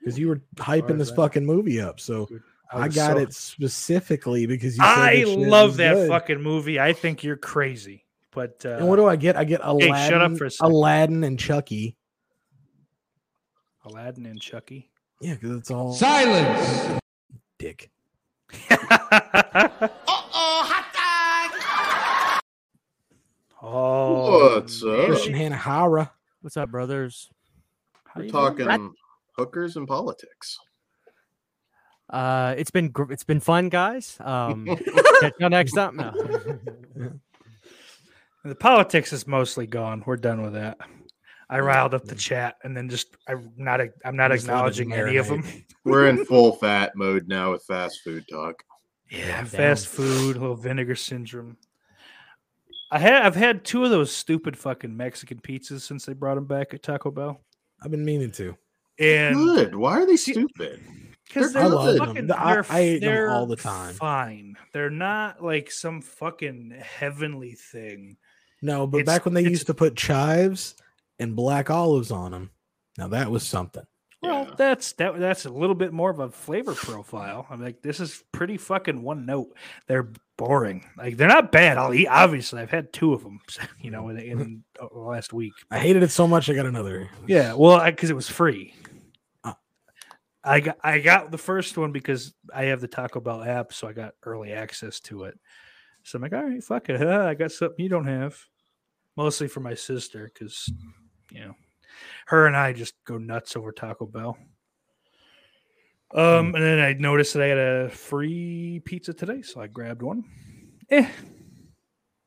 because you were hyping as this that. fucking movie up. So I, was got so- it specifically because you. Said I this shit love was that good. fucking movie. I think you're crazy, but uh, And what do I get? I get shut Aladdin, up for a second. Aladdin and Chucky. Aladdin and Chucky. Yeah, because it's all Silence! dick. oh, What's up? man. Christian Hanahara. What's up, brothers? How We're you doing? talking hookers and politics. Uh, it's been gr- it's been fun, guys. Um, catch you next time. No. The politics is mostly gone. We're done with that. I riled up the chat, and then just I'm not a- I'm not Just let it acknowledging any of them. marinate. We're in full fat mode now with fast food talk. Yeah, Calm fast down. food, a little vinegar syndrome. I had I've had two of those stupid fucking Mexican pizzas since they brought them back at Taco Bell. I've been meaning to. And Good. Why are they stupid? because They're they're good. I love them. fucking, The- I- they're, I ate them they're all the time. Fine, they're not like some fucking heavenly thing. No, but It's- back when they it's- used to put chives and black olives on them, now that was something. Well, Yeah. that's that. That's a little bit more of a flavor profile. I'm like, this is pretty fucking one note. They're boring. Like they're not bad. I'll eat. Obviously, I've had two of them. You know, in, in the last week. I hated it so much I got another. Yeah, well, because it was free. Oh. I got I got the first one because I have the Taco Bell app, so I got early access to it. So I'm like, all right, fuck it, huh, I got something you don't have. Mostly for my sister, because you know, her and I just go nuts over Taco Bell. Um, and then I noticed that I had a free pizza today, so I grabbed one. Eh,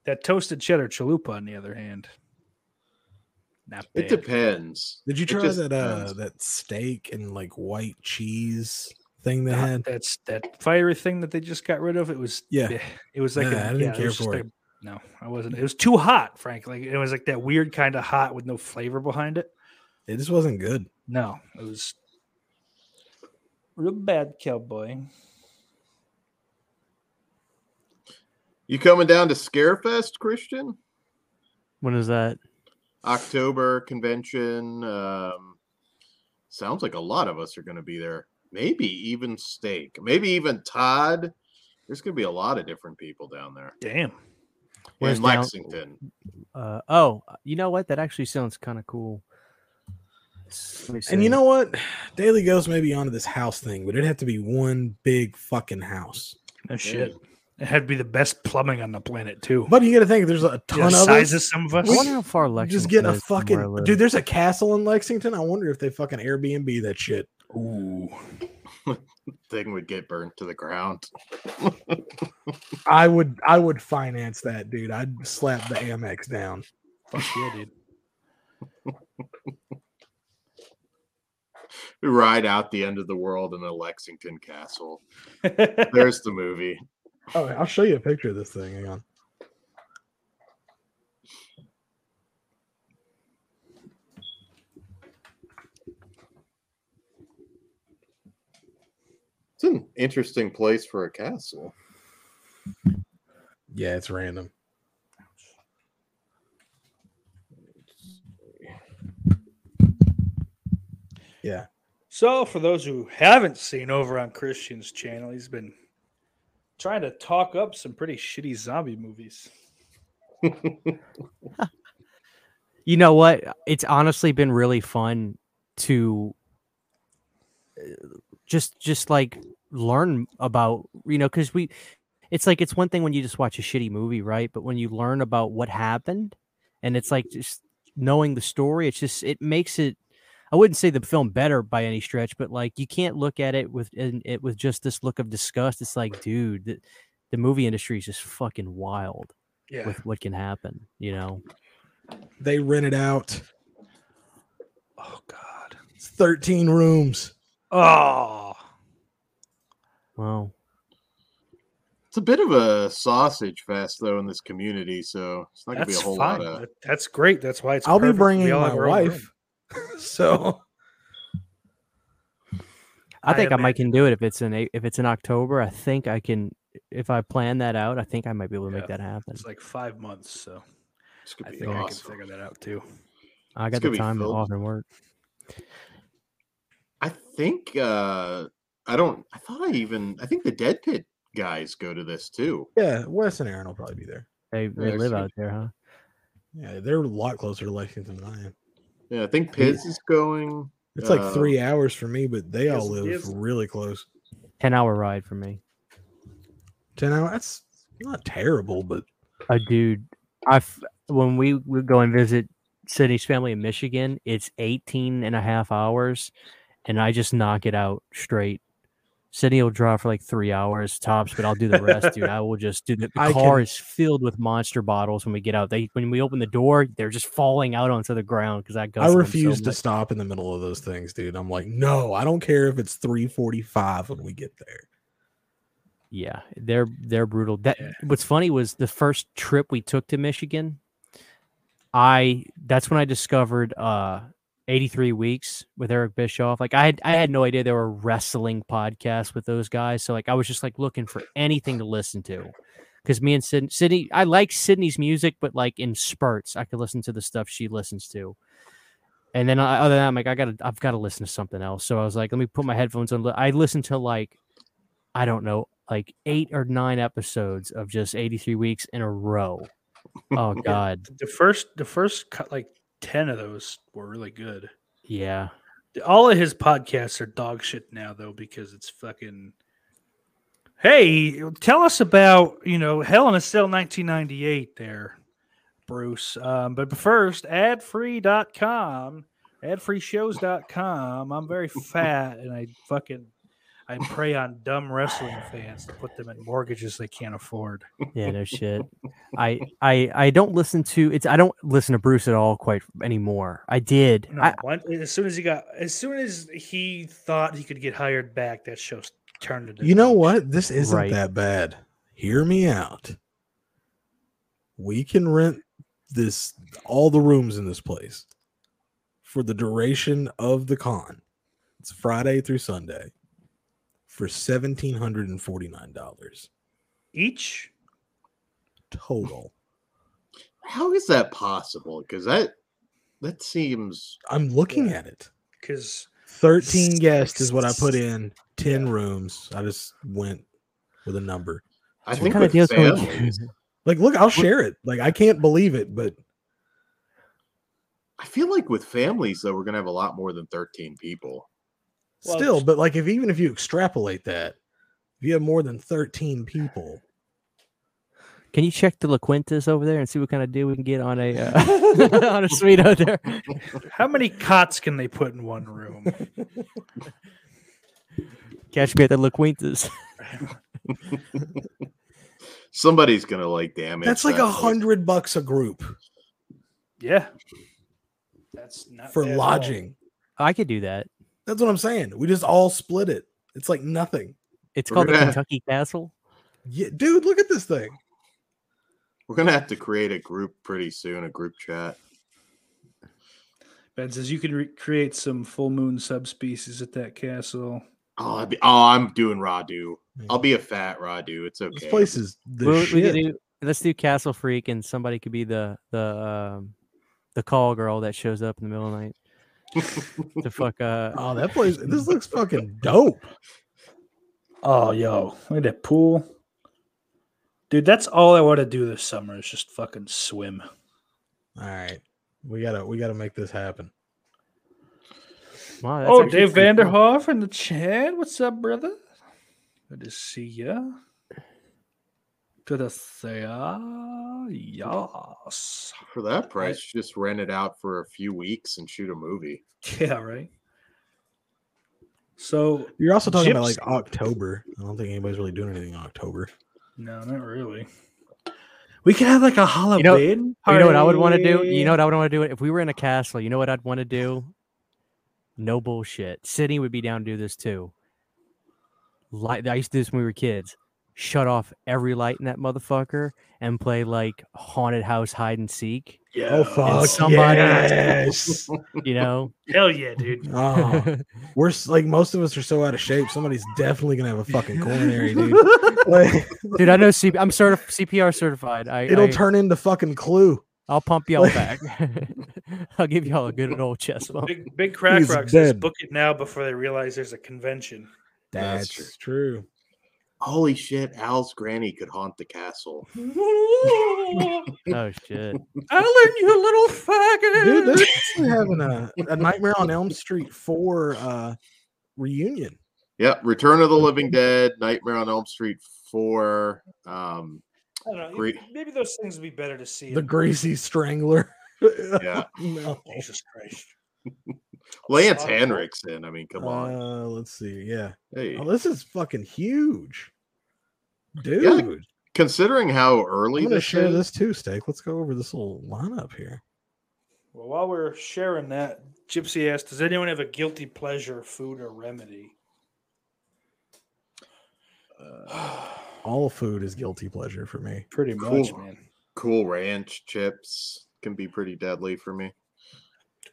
that toasted cheddar chalupa, on the other hand, not bad. It depends. Did you It try just that uh depends. that steak and like white cheese thing they Not- had? That's Uh, that fiery thing that they just got rid of. It was Yeah. eh, It was like Nah, an- I didn't yeah, care was just for like- no, I wasn't. It was too hot, frankly. It was like that weird kind of hot with no flavor behind it. It just wasn't good. No, it was real bad, cowboy. You coming down to Scarefest, Christian? When is that? October convention. Um, sounds like a lot of us are going to be there. Maybe even Steak. Maybe even Todd. There's going to be a lot of different people down there Damn. Where's in down- Lexington. Uh, oh, you know what? That actually sounds kind of cool. S- let me And see. you know what? Daily Ghost may be onto this house thing, but it'd have to be one big fucking house. No shit. It had to be the best plumbing on the planet too. But you got to think there's a The ton of size of us. some of I us. wonder how far You Lexington just get a is from where I fucking live. dude. There's a castle in Lexington. I wonder if they fucking Airbnb that shit. Ooh. Thing would get burnt to the ground. I would I would finance that, dude. I'd slap the Amex down. Fuck yeah, dude. We ride out the end of the world in a Lexington castle. There's the movie. Oh, I'll show you a picture of this thing. Hang on. It's an interesting place for a castle. Yeah, it's random. Yeah. So, for those who haven't seen over on Christian's channel, he's been trying to talk up some pretty shitty zombie movies. you know what? It's honestly been really fun to uh, just just like learn about you know because we it's like it's one thing when you just watch a shitty movie right but when you learn about what happened and it's like just knowing the story it's just it makes it i wouldn't say the film better by any stretch but like you can't look at it with in, it with just this look of disgust it's like dude the, the movie industry is just fucking wild Yeah. with what can happen you know They rented out oh God. 13 rooms. Oh. wow It's a bit of a sausage fest, though, in this community. So it's not going to be a That's whole fine. lot of. That- That's great. That's why it's. I'll be perfect. We bringing all my have our own room. wife. so I I think I, might imagine- can do it if it's in a, if it's in October. I think I can if I plan that out. I think I might be able to make Yeah, that happen. It's like five months, so It's gonna I be think awesome. I can figure that out too. I it's got gonna the be time filled. off and work. I think uh I don't I thought I even I think the Dead Pit guys go to this too. yeah, Wes and Aaron will probably be there. They they it's live good. out there, huh? Yeah, they're a lot closer to Lexington than I am. Yeah, I think Piz is going. It's like Uh, three hours for me, but they all yes, it live is. really close. Ten hour ride for me. 10 hours. That's not terrible, but A dude, I f- when we would go and visit Sydney's family in Michigan, it's 18 and a half hours, and I just knock it out straight. Sydney will drive for like three hours tops, but I'll do the rest, dude. I will just do the, the I car can- is filled with monster bottles when we get out. They when we open the door, they're just falling out onto the ground because I go. I refuse to stop in the middle of those things, dude. I'm like, no, I don't care if it's 345 when we get there. Yeah, they're they're brutal. That Yeah. what's funny was the first trip we took to Michigan. I that's when I discovered uh 83 weeks with Eric Bischoff. Like I had I had no idea there were wrestling podcasts with those guys. So like I was just like looking for anything to listen to. Cause me and Sydney, Sydney I like Sydney's music, but like in spurts, I could listen to the stuff she listens to. And then I, other than that, I'm like, I gotta I've gotta listen to something else. So I was like, let me put my headphones on. I listened to like I don't know, like eight or nine episodes of just 83 weeks in a row. Oh god. The first the first cut like 10 of those were really good. Yeah. All of his podcasts are dog shit now though because it's fucking Hey, tell us about, you know, Hell in a Cell 1998 there, Bruce. Um, but first, adfree.com, adfreeshows.com. I'm very fat and I fucking I prey on dumb wrestling fans to put them in mortgages they can't afford. Yeah, no shit. I I I don't listen to it's I don't listen to Bruce at all quite anymore. I did. No, I, one- as soon as he got, as soon as he thought he could get hired back, that show turned into. You know what? This isn't Right. that bad. Hear me out. We can rent this all the rooms in this place for the duration of the con. It's Friday through Sunday for seventeen hundred and forty nine dollars Each total. How is that possible? Because that that seems I'm looking at it. because Thirteen guests is what I put in. Ten rooms. I just went with a number. I what think kind with of deals can we families, do? Like, look, I'll share it. Like, I can't believe it, but I feel like with families though, we're gonna have a lot more than 13 people. Well, still but like if even if you extrapolate that if you have more than 13 people Can you check the LaQuintas over there and see what kind of deal we can get on a uh, on a suite out there? how many cots can they put in one room? Catch me at the LaQuintas. Somebody's gonna like damage. that's like that, a hundred bucks a group yeah, that's not for bad at Uh, all. lodging I could do that. that's what i'm saying we just all split it it's like nothing It's called the Yeah. Kentucky Castle. yeah, dude look at this thing We're gonna have to create a group pretty soon, a group chat. Ben says you can re- create some full moon subspecies at that castle. Oh, I'd be, oh I'm doing Radu. I'll be a fat Radu. It's okay. this place is the We- we could shit. do- let's do Castle Freak, and somebody could be the the um, the call girl that shows up in the middle of the night to fuck. Uh, oh that place this looks fucking dope Oh, yo, look at that pool. Dude, that's all I want to do this summer is just fucking swim. all right we gotta we gotta make this happen wow, that's oh, actually Dave pretty cool. Vanderhoff in the chat. What's up, brother? Good to see ya. Good to see ya. Yes. For that price, just rent it out for a few weeks and shoot a movie. Yeah, right. So, you're also talking about Gyps- like october i don't think anybody's really doing anything in october no, not really. We could have like a Halloween. You know what I would want to do? You know what I would want to do? If we were in a castle, you know what I'd want to do? No bullshit. Sydney would be down to do this too. Light. I used to do this when we were kids. Shut off every light in that motherfucker and play like haunted house hide and seek. Yeah. oh fuck somebody- yes. You know, Hell yeah, dude. oh We're s- like most of us are so out of shape. Somebody's definitely gonna have a fucking coronary, dude. Like, dude. I know. CP- I'm certi- CPR certified. I, it'll I, turn into fucking Clue. I'll pump y'all back. I'll give y'all a good old chest bump. Big, big crack He's rock says dead. book it now before they realize there's a convention. That's true. Holy shit, Al's granny could haunt the castle. Oh shit. Alan, you little faggot. Dude, they're actually having a, a Nightmare on Elm Street four uh, reunion. Yep, Return of the Living Dead, Nightmare on Elm Street 4. Um, I don't know. Great. Maybe those things would be better to see. The in- Greasy Strangler. yeah. no. Jesus Christ. Lance Saw- Henrik's in. I mean, come on. Uh, let's see. Yeah. Hey. Oh, this is fucking huge, dude. Considering how early I'm gonna this share is, this too, Steak. Let's go over this little lineup here. Well, while we're sharing that, Gypsy asked, "Does anyone have a guilty pleasure food or remedy?" All food is guilty pleasure for me. Uh, Pretty Cool. much, man. Cool Ranch chips can be pretty deadly for me.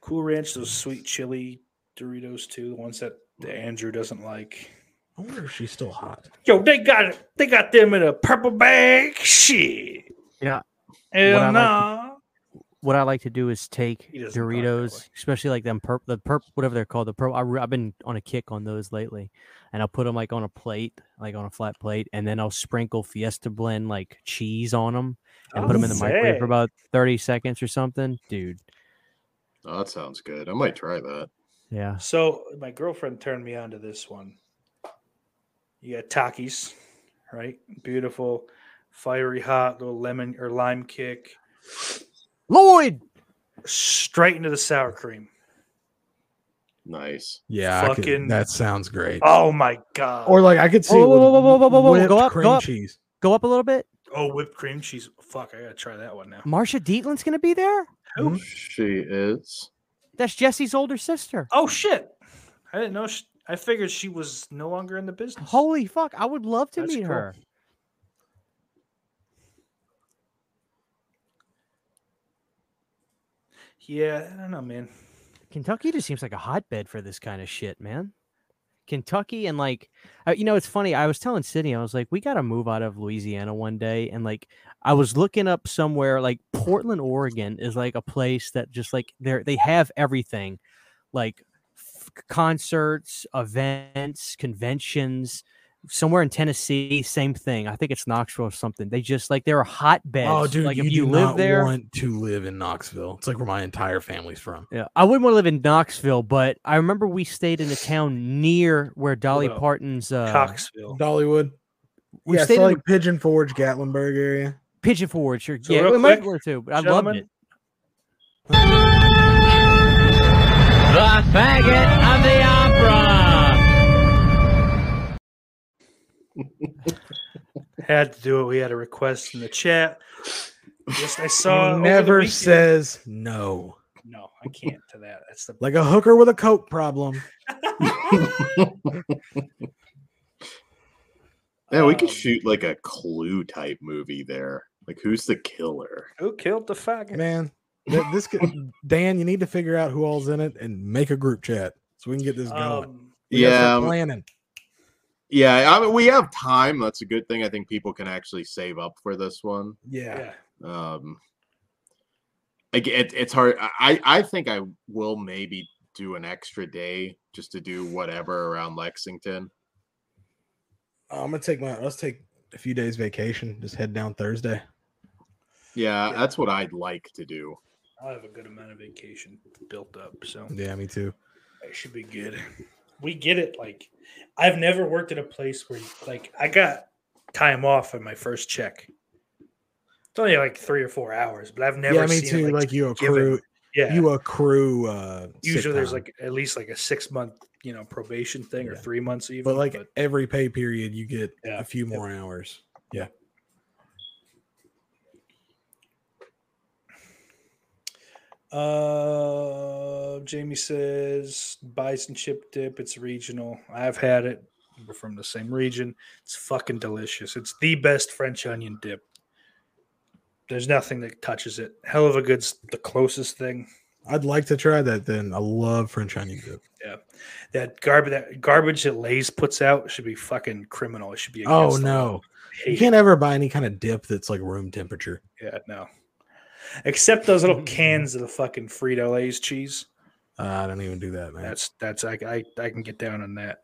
Cool Ranch, those sweet chili Doritos too, the ones that Andrew doesn't like. I wonder if she's still hot. Yo, they got it. They got them in a purple bag. Shit. Yeah. What I Hell like- nah. What I like to do is take He doesn't talk that way. Doritos, especially like them perp, the perp, whatever they're called, the pro. I, re- I've been on a kick on those lately, and I'll put them like on a plate, like on a flat plate, and then I'll sprinkle Fiesta Blend like cheese on them Oh, and put them in the microwave for about thirty seconds or something, dude. Oh, that sounds good. I might try that. Yeah, So my girlfriend turned me on to this one. You got Takis, right? Beautiful, fiery hot little lemon or lime kick Lloyd. straight into the sour cream. Nice. Yeah, I could- Fucking- that sounds great. Oh my god! Or like I could see Whoa, it with whoa, whoa, whoa, whoa, whoa, whoa, whipped go up, cream go up. cheese. Go up a little bit. oh, whipped cream cheese. Fuck, I gotta try that one now. Marsha Dietland's gonna be there. Who? She is. That's Jesse's older sister. Oh shit! I didn't know. She, I figured she was no longer in the business. Holy fuck! I would love to Uh, That's meet cool. her. Yeah, I don't know, man. Kentucky just seems like a hotbed for this kind of shit, man. Kentucky and like, uh, you know, it's funny. I was telling Sydney, I was like, we got to move out of Louisiana one day. And like, I was looking up somewhere like Portland, Oregon is like a place that just like they're, they have everything like f- concerts, events, conventions. Somewhere in Tennessee, same thing. I think it's Knoxville or something. They just like they're a hotbed. Oh, dude, like you, if do you live not there, want to live in Knoxville. It's like where my entire family's from. Yeah, I wouldn't want to live in Knoxville, but I remember we stayed in a town near where Dolly up. Parton's. Uh, Coxville. Dollywood. We yeah, stayed so in like Pigeon Forge, Gatlinburg area. Pigeon Forge. Or, So yeah, real we might quick, were too, but I loved gentlemen, it. Had to do it. We had a request in the chat. Yes, I saw. over the Never weekend. says no. No, I can't to that. That's the Like a hooker with a coke problem. Yeah, we could Um, shoot like a clue type movie there. Like who's the killer? Who killed the faggot? Man, th- this could, Dan, you need to figure out who all's in it and make a group chat so we can get this going. Um, We gotta start yeah, um, planning. yeah. I mean, we have time. That's a good thing. I think people can actually save up for this one. Yeah. yeah. um like it, it's hard i i think i will maybe do an extra day just to do whatever around lexington Oh, I'm gonna take my. Let's take a few days vacation. Just head down Thursday. yeah, Yeah. that's what i'd like to do I'll have a good amount of vacation built up, so Yeah, me too. it should be good. We get it. Like, I've never worked at a place where, like, I got time off on my first check. It's only like three or four hours, but I've never. yeah, me seen too. It, like you given. accrue, yeah. you accrue. uh sick Usually, there's time. like at least like a six month, you know, probation thing or Yeah. three months even. but like every pay period, you get Yeah. a few Yep. more hours. Uh, Jamie says bison chip dip. It's regional. I've had it. We're from the same region. It's fucking delicious. It's the best French onion dip. There's nothing that touches it. Hell of a good, s- the closest thing. I'd like to try that. Then I love French onion dip. That garbage, that garbage that Lay's puts out should be fucking criminal. It should be. Oh against the law. no, I hate you it. can't ever buy any kind of dip that's like room temperature. Yeah, no. Except those little cans of the fucking Frito Lay's cheese. Uh, I don't even do that, man. That's that's I, I I can get down on that.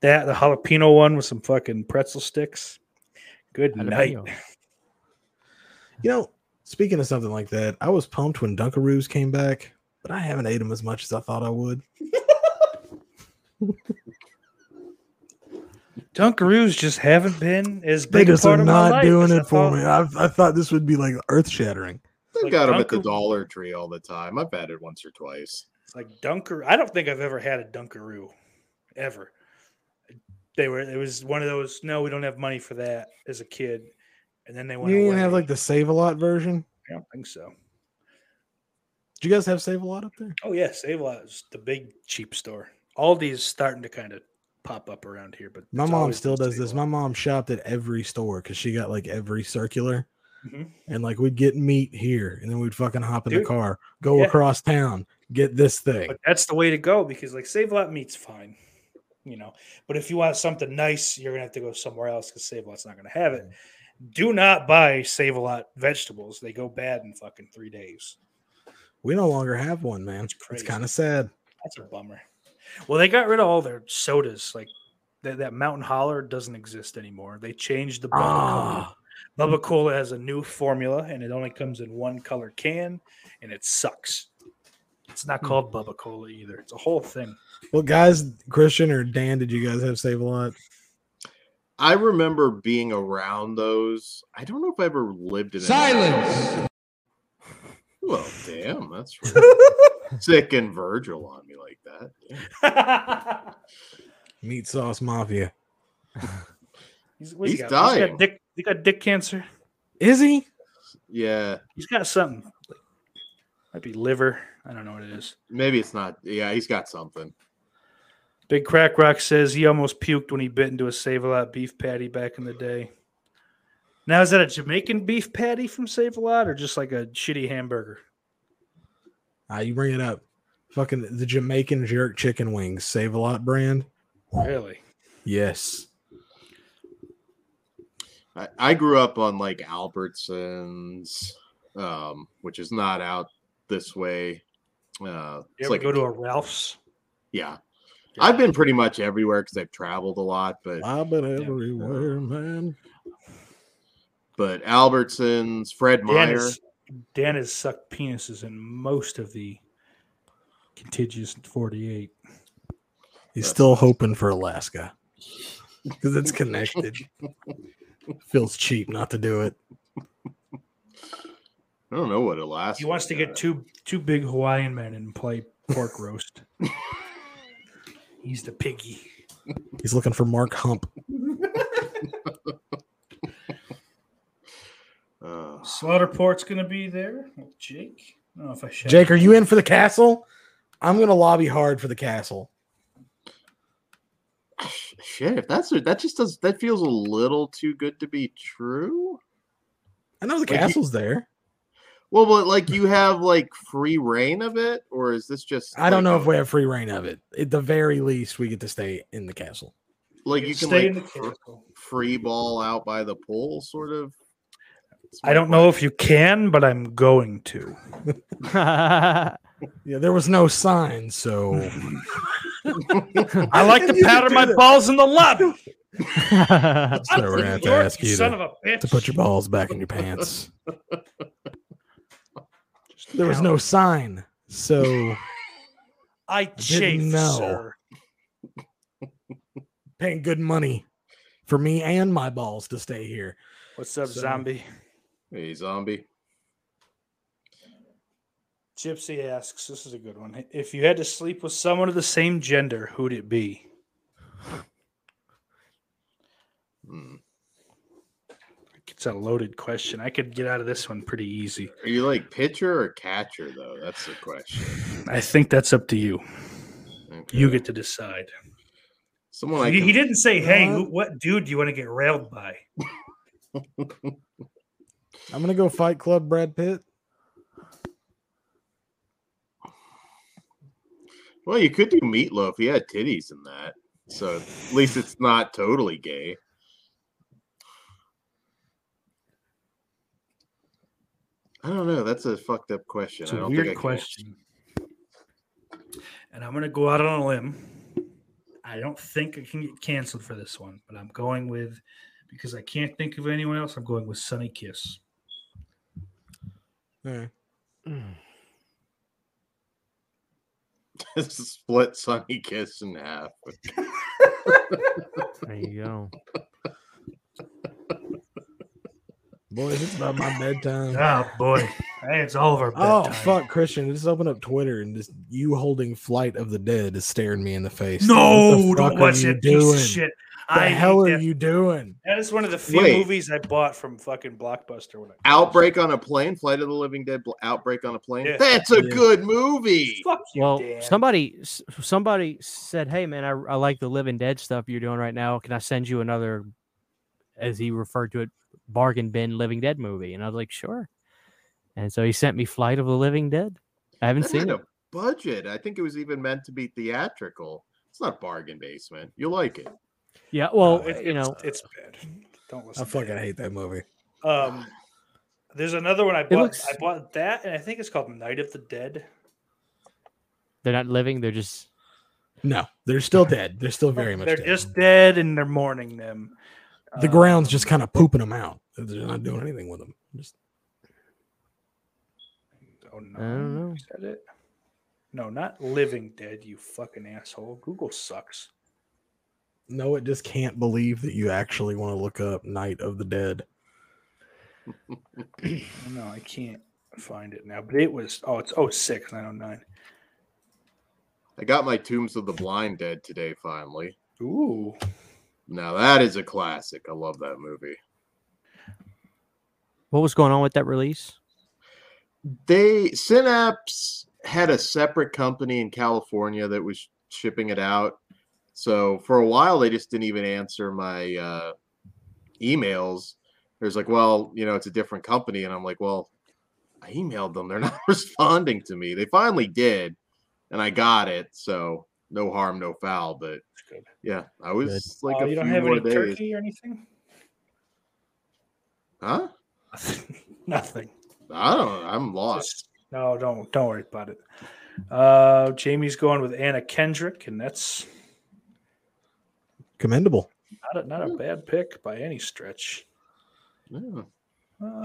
That the jalapeno one with some fucking pretzel sticks. Good night. Jalapeno. you know, speaking of something like that, I was pumped when Dunkaroos came back, but I haven't ate them as much as I thought I would. Dunkaroos just haven't been as They big a just part are of my not life doing as I it for thought. me. I, I thought this would be like earth shattering. they Like got them at the Dunker- dollar tree all the time i've had it once or twice It's like Dunker. I don't think I've ever had a Dunkaroo, ever. They were. It was one of those. No, we don't have money for that as a kid, and then they You went. didn't away. even have like the Save a Lot version. I don't think so. Do you guys have Save a Lot up there? Oh yeah, Save a Lot is the big cheap store. Aldi is starting to kind of pop up around here, but My it's mom always still been does this. Save-A-Lot. My mom shopped at every store because she got like every circular. Mhm. And like we'd get meat here and then we'd fucking hop in the Dude, car, go yeah. across town, get this thing. But that's the way to go because like Save a Lot meat's fine, you know. But if you want something nice, you're gonna have to go somewhere else because Save a Lot's not gonna have it. Mm. Do not buy Save a Lot vegetables; they go bad in fucking three days. We no longer have one, man. It's crazy. kind of sad. That's a bummer. Well, they got rid of all their sodas. Like that, that Mountain Holler doesn't exist anymore. They changed the Bubba Cola. Ah, Bubba Cola has a new formula, and it only comes in one color can, and it sucks. It's Hmm. not called Bubba Cola either. It's a whole thing. well, guys, Christian or Dan, did you guys have save a lot? I remember being around those. I don't know if I ever lived in an- Silence. Well, damn, that's really sick and Virgil on me like that. Damn. Meat sauce mafia. he's, what's he He's got? He's dying. got dick. He got dick cancer. Is he? Yeah, He's got something. Like, might be liver. I don't know what it is. maybe it's not. Yeah, he's got something. Big Crack Rock says he almost puked when he bit into a Save a Lot beef patty back in the day. Now is that a Jamaican beef patty from Save a Lot or just like a shitty hamburger? Ah, you bring it up. Fucking the Jamaican jerk chicken wings, save a lot brand. Really? Yes. I, I grew up on like Albertsons, um, which is not out this way. Uh, You it's ever like a- go to a Ralph's? yeah. I've been pretty much everywhere because I've traveled a lot, but I've been everywhere, man. but Albertsons, Fred Dan Meyer. has, Dan has sucked penises in most of the contiguous 48. He's still hoping for Alaska because it's connected. Feels cheap not to do it. I don't know what Alaska. He wants to get two two big Hawaiian men and play pork roast. He's the piggy. He's looking for Mark Hump. Uh, Slaughterport's gonna be there with Jake. I don't know if I should. Jake, are you in for the castle? I'm gonna lobby hard for the castle. shit, if that's that just does that feels a little too good to be true. I know the you- castle's there. Well, but like you have like free reign of it, or is this just? I don't like- know if we have free reign of it. At the very least, we get to stay in the castle. like you can stay in the like fr- castle? free ball out by the pole, sort of. That's I my don't know if you can, but I'm going to. Yeah, there was no sign, so I like And to you can powder do my that. balls in the lobby. that's why we're gonna have to ask you son to, of a bitch. to put your balls back in your pants. There was no sign, so I chafe, know. sir. paying good money for me and my balls to stay here. What's up, So- zombie? Hey, zombie. Gypsy asks, this is a good one. If you had to sleep with someone of the same gender, who'd it be? Hmm. It's a loaded question. I could get out of this one pretty easy. Are you like pitcher or catcher though? That's the question. I think that's up to you. You Okay. get to decide. someone I he, can he didn't say, hey, know who, what dude do you want to get railed by? I'm gonna go Fight Club, Brad Pitt. Well, you could do meatloaf. He had titties in that, so at least it's not totally gay. I don't know. That's a fucked up question. It's I a don't weird think I question. And I'm going to go out on a limb. I don't think I can get canceled for this one, but I'm going with, because I can't think of anyone else, I'm going with Sunny Kiss. All right. Can split Sunny Kiss in half. there you go. Boys, it's about my bedtime. Oh, boy. hey, it's all of our Oh bedtime. fuck, Christian! Just open up Twitter and just you holding "Flight of the Dead" is staring me in the face. No, What the fuck don't are watch you that piece doing? of shit. The I hell hate are that. you doing? That is one of the few Wait. movies I bought from fucking Blockbuster when I Outbreak on a plane, Flight of the Living Dead, Bl- Outbreak on a plane. Yeah. That's a Yeah. good movie. Fuck you, Well, Dan. somebody s- somebody said, "Hey, man, I, I like the Living Dead stuff you're doing right now. Can I send you another?" As he referred to it, bargain bin Living Dead movie, and I was like, "Sure." And so he sent me Flight of the Living Dead. I haven't That seen had it. a budget. I think it was even meant to be theatrical. It's not bargain basement. You'll like it. Yeah, well, It- it's, you know, it's bad. Don't listen. I to fucking that. hate that movie. Um, there's another one I bought. looks- I bought that, and I think it's called Night of the Dead. they're not living; they're just No, they're still dead. They're still very much They're dead. just dead, and they're mourning them. the Um, ground's just kind of pooping them out. They're not doing anything with them. Just Oh no! I don't know. Is that it? No, not Living Dead. You fucking asshole. Google sucks. no, it just can't believe that you actually want to look up Night of the Dead. No, I can't find it now. But it was oh, it's 06, 909. I got my Tombs of the Blind Dead today finally. Ooh, Now that is a classic. I love that movie. what was going on with that release? They Synapse had a separate company in California that was shipping it out. So for a while they just didn't even answer my uh, emails. There's like, well, you know, it's a different company, and I'm like, well, I emailed them. They're not responding to me. They finally did, and I got it. So no harm, no foul. But that's good. yeah, I was like, Oh, a you don't few have more any days. turkey or anything? Huh? Nothing. I don't. I'm lost. Just- no, don't don't worry about it. Uh, Jamie's going with Anna Kendrick, and that's Commendable. not a, not a bad pick by any stretch. Yeah.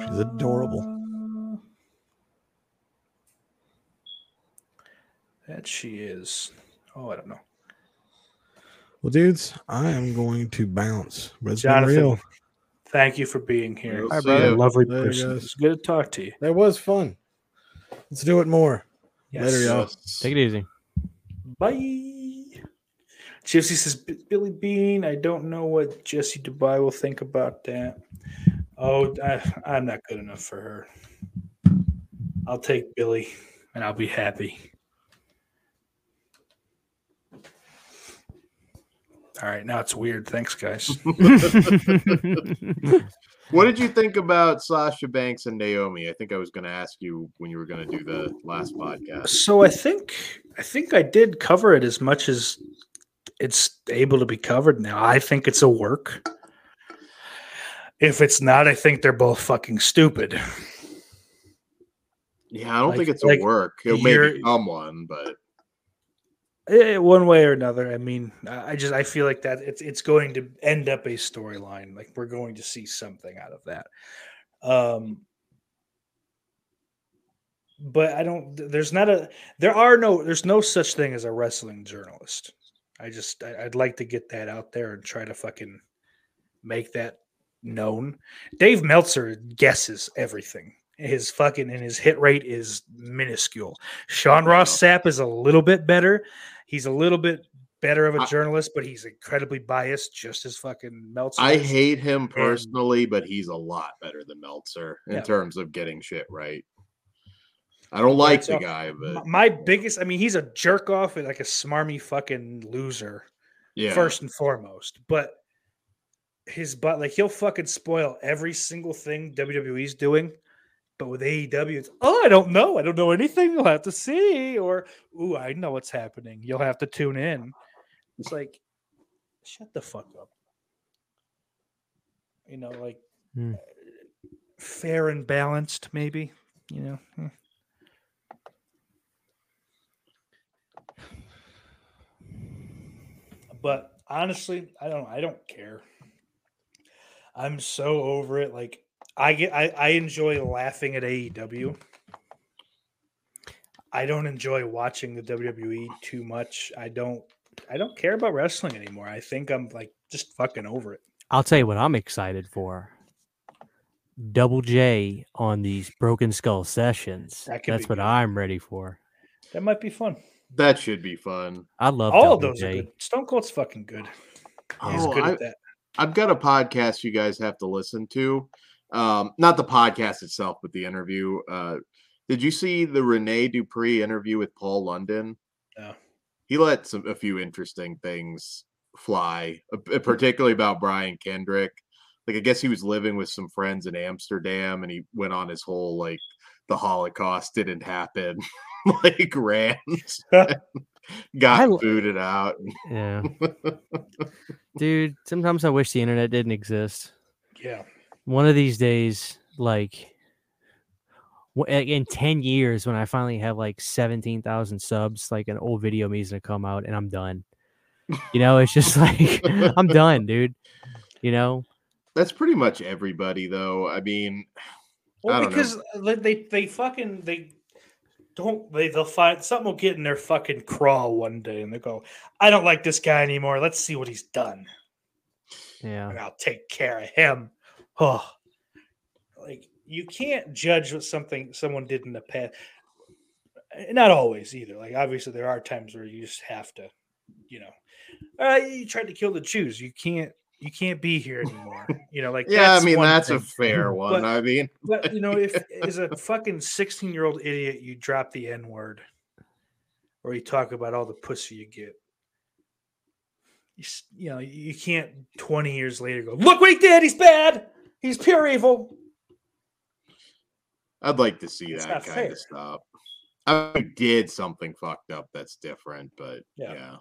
She's adorable. Uh, that she is. Oh, I don't know. Well, dudes, I am going to bounce. But it's been Jonathan. real. Thank you for being here. We'll see brother. ya. Lovely Later, person. guys. It's good to talk to you. That was fun. Let's do it more. Later, y'all. Yes. Take it easy. Bye. Gypsy says, "B- Billy Bean, I don't know what Jesse Dubai will think about that. Oh, I, I'm not good enough for her. I'll take Billy and I'll be happy. All right, now it's weird. Thanks, guys. What did you think about Sasha Banks and Naomi? I think I was going to ask you when you were going to do the last podcast. so I think I think I did cover it as much as it's able to be covered now. I think it's a work. If it's not, I think they're both fucking stupid. Yeah, I don't Like- think it's a like, work. It may you're- become one, but Eh, one way or another. I mean, I I just I feel like that it's it's going to end up a storyline. Like we're going to see something out of that. Um but I don't th- there's not a there are no there's no such thing as a wrestling journalist. I just I, I'd like to get that out there and try to fucking make that known. Dave Meltzer guesses everything. His fucking and his hit rate is minuscule. Sean Ross Sapp is a little bit better. He's a little bit better of a I- journalist, but he's incredibly biased, just as fucking Meltzer. I is. hate him personally, but he's a lot better than Meltzer in Yeah. terms of getting shit right. I don't like so the guy, M- but my biggest. I mean, he's a jerk off and like a smarmy fucking loser. yeah. first and foremost. But his butt, like he'll fucking spoil every single thing WWE's doing. But with AEW, it's oh, I don't know, I don't know anything. You'll have to see, or ooh, I know what's happening. You'll have to tune in. It's like, shut the fuck up. You know, like Hmm. fair and balanced, maybe. You know, eh. but honestly i don't i don't care i'm so over it like i get i, I enjoy laughing at aew i don't enjoy watching the wwe too much i don't i don't care about wrestling anymore i think i'm like just fucking over it I'll tell you what I'm excited for. Double J on these Broken Skull sessions. That could That's be what good. I'm ready for. that might be fun that should be fun. I love E. all of Double those J. are good stone cold's fucking good he's Oh, good I, at that I've got a podcast you guys have to listen to. Um, not the podcast itself, but the interview. Uh, did you see the Rene Dupree interview with Paul London? No. He let some a few interesting things fly, uh, p- particularly about Brian Kendrick. Like I guess he was living with some friends in Amsterdam, and he went on his whole like the Holocaust didn't happen like ran, I got l- booted out. Yeah. Dude, sometimes I wish the internet didn't exist. Yeah. One of these days, like wh- like, in 10 years, when I finally have like 17,000 subs, like an old video of me is going to come out and I'm done. You know, it's just like, I'm done, dude. You know, That's pretty much everybody, though. I mean, I Well, don't know. because like, they they fucking they don't they they'll find something will get in their fucking craw one day and they go, I don't like this guy anymore. Let's see what he's done, yeah. and I'll take care of him. Oh, like you can't judge what something someone did in the past. Eh, Not always either. Like obviously there are times where you just have to, you know, all right, you tried to kill the Jews. You can't you can't be here anymore. You know, like yeah, I mean one that's a thing. fair one. But- I mean, But you know, if as a fucking sixteen year old idiot, you drop the N word, or you talk about all the pussy you get. You, s- you know, you can't twenty years later go look what he did. He's bad. He's pure evil. I'd like to see It's that not kind fair. of stuff. I did something fucked up. That's different, but Yeah. yeah.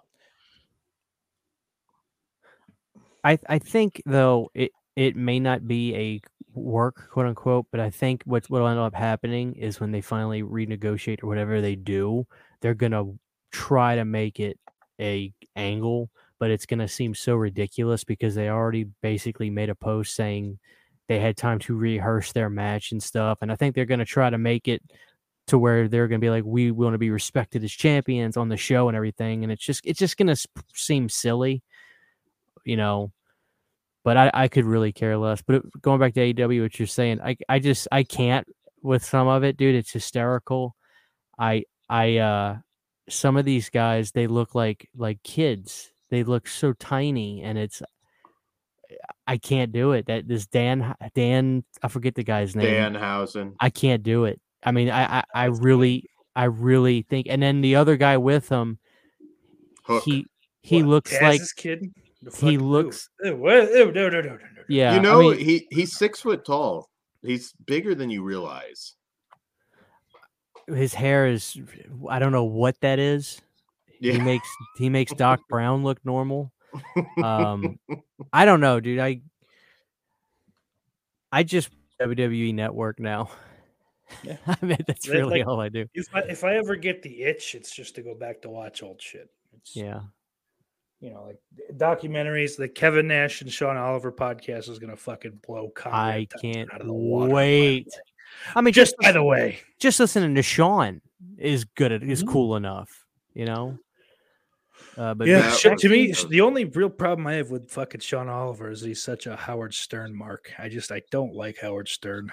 I I think though it it may not be a work quote unquote, but I think what what'll end up happening is when they finally renegotiate or whatever they do, they're gonna try to make it a angle, but it's gonna seem so ridiculous because they already basically made a post saying they had time to rehearse their match and stuff, and I think they're gonna try to make it to where they're gonna be like, we want to be respected as champions on the show and everything, and it's just it's just gonna s- seem silly you know but i i could really care less but it- going back to aw what you're saying i i just i can't with some of it dude it's hysterical i i uh some of these guys they look like like kids they look so tiny and it's i can't do it that this dan dan i forget the guy's name Danhausen. I can't do it. I mean, I I, I really I really think. And then the other guy with him, Hook. he he What, looks like Taz's kid. The he fuck- ew, looks- ew, what- ew, no, no, no, no, no, no. yeah. I you know, mean, he he's six foot tall. He's bigger than you realize. his hair is I don't know what that is. He Yeah. makes he makes Doc Brown look normal. Um, I don't know, dude. I I just WWE Network now. Yeah. I mean, that's They- really like- all I do. If I, if I ever get the itch, it's just to go back to watch old shit. It's, Yeah. You know, like documentaries. The Kevin Nash and Sean Oliver podcast is gonna fucking blow. Conrad I Thompson can't out of the water, by the way. wait. I mean, Just just by the way, just listening to Sean is good at, is Mhm. cool enough, you know. Uh, but yeah, that shit, was- to me, that was- the only real problem I have with fucking Sean Oliver is he's such a Howard Stern mark. I just I don't like Howard Stern.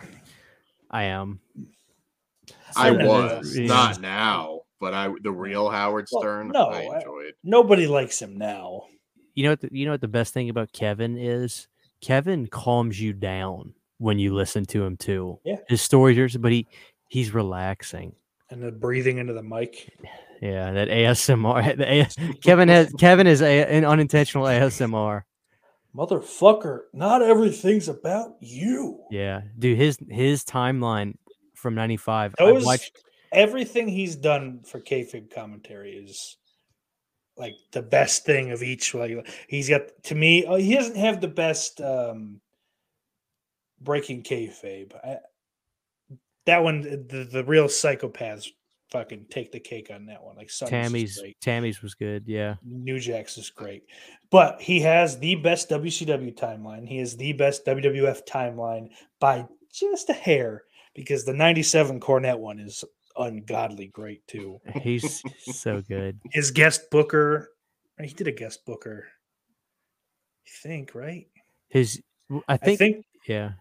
I am. I Some of it was is- not now, but I the real Howard Well, Stern. no, I I- enjoyed. Nobody likes him now. You know what? The, you know what the best thing about Kevin is? Kevin calms you down when you listen to him too. Yeah. His stories, are- but he he's relaxing. And the breathing into the mic. Yeah, that ASMR. The AS, Kevin has Kevin is a, an unintentional ASMR. Motherfucker, not everything's about you. Yeah, dude, his his timeline from '95. I Those- watched. Everything he's done for kayfabe commentary is like the best thing of each. Like he's got to me, oh, he doesn't have the best um breaking kayfabe. I, that one, the, the real psychopaths fucking take the cake on that one. Like Sonny's is Tammy's great. Tammy's was good. Yeah, New Jack's is great, but he has the best WCW timeline. He has the best WWF timeline by just a hair because the '97 Cornet one is ungodly great too. he's so good. His guest booker, he did a guest booker, I think, right? His, w- I I think, think yeah.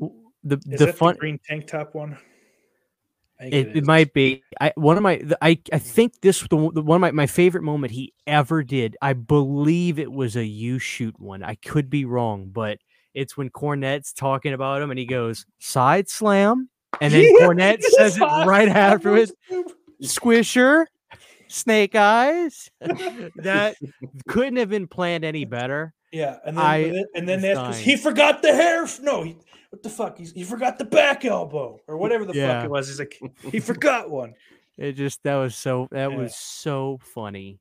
W- The is the that fun the green tank top one. I think it, it is. might be. I one of my the, I I think this the, one- the one of my my favorite moment he ever did. I believe it was a U shoot one. I could be wrong, but it's when Cornette's talking about him and he goes side slam, and then Yeah, Cornette this says it fuck- right afterwards. Dude, Squisher, Snake Eyes. that couldn't have been planned any better. Yeah, and then I and then- and then was that's 'cause dying. he forgot the hair. f- No, he, what the fuck? He's, he forgot the back elbow or whatever the Yeah. fuck it was. He's like he forgot one. It just that was so that Yeah. was so funny.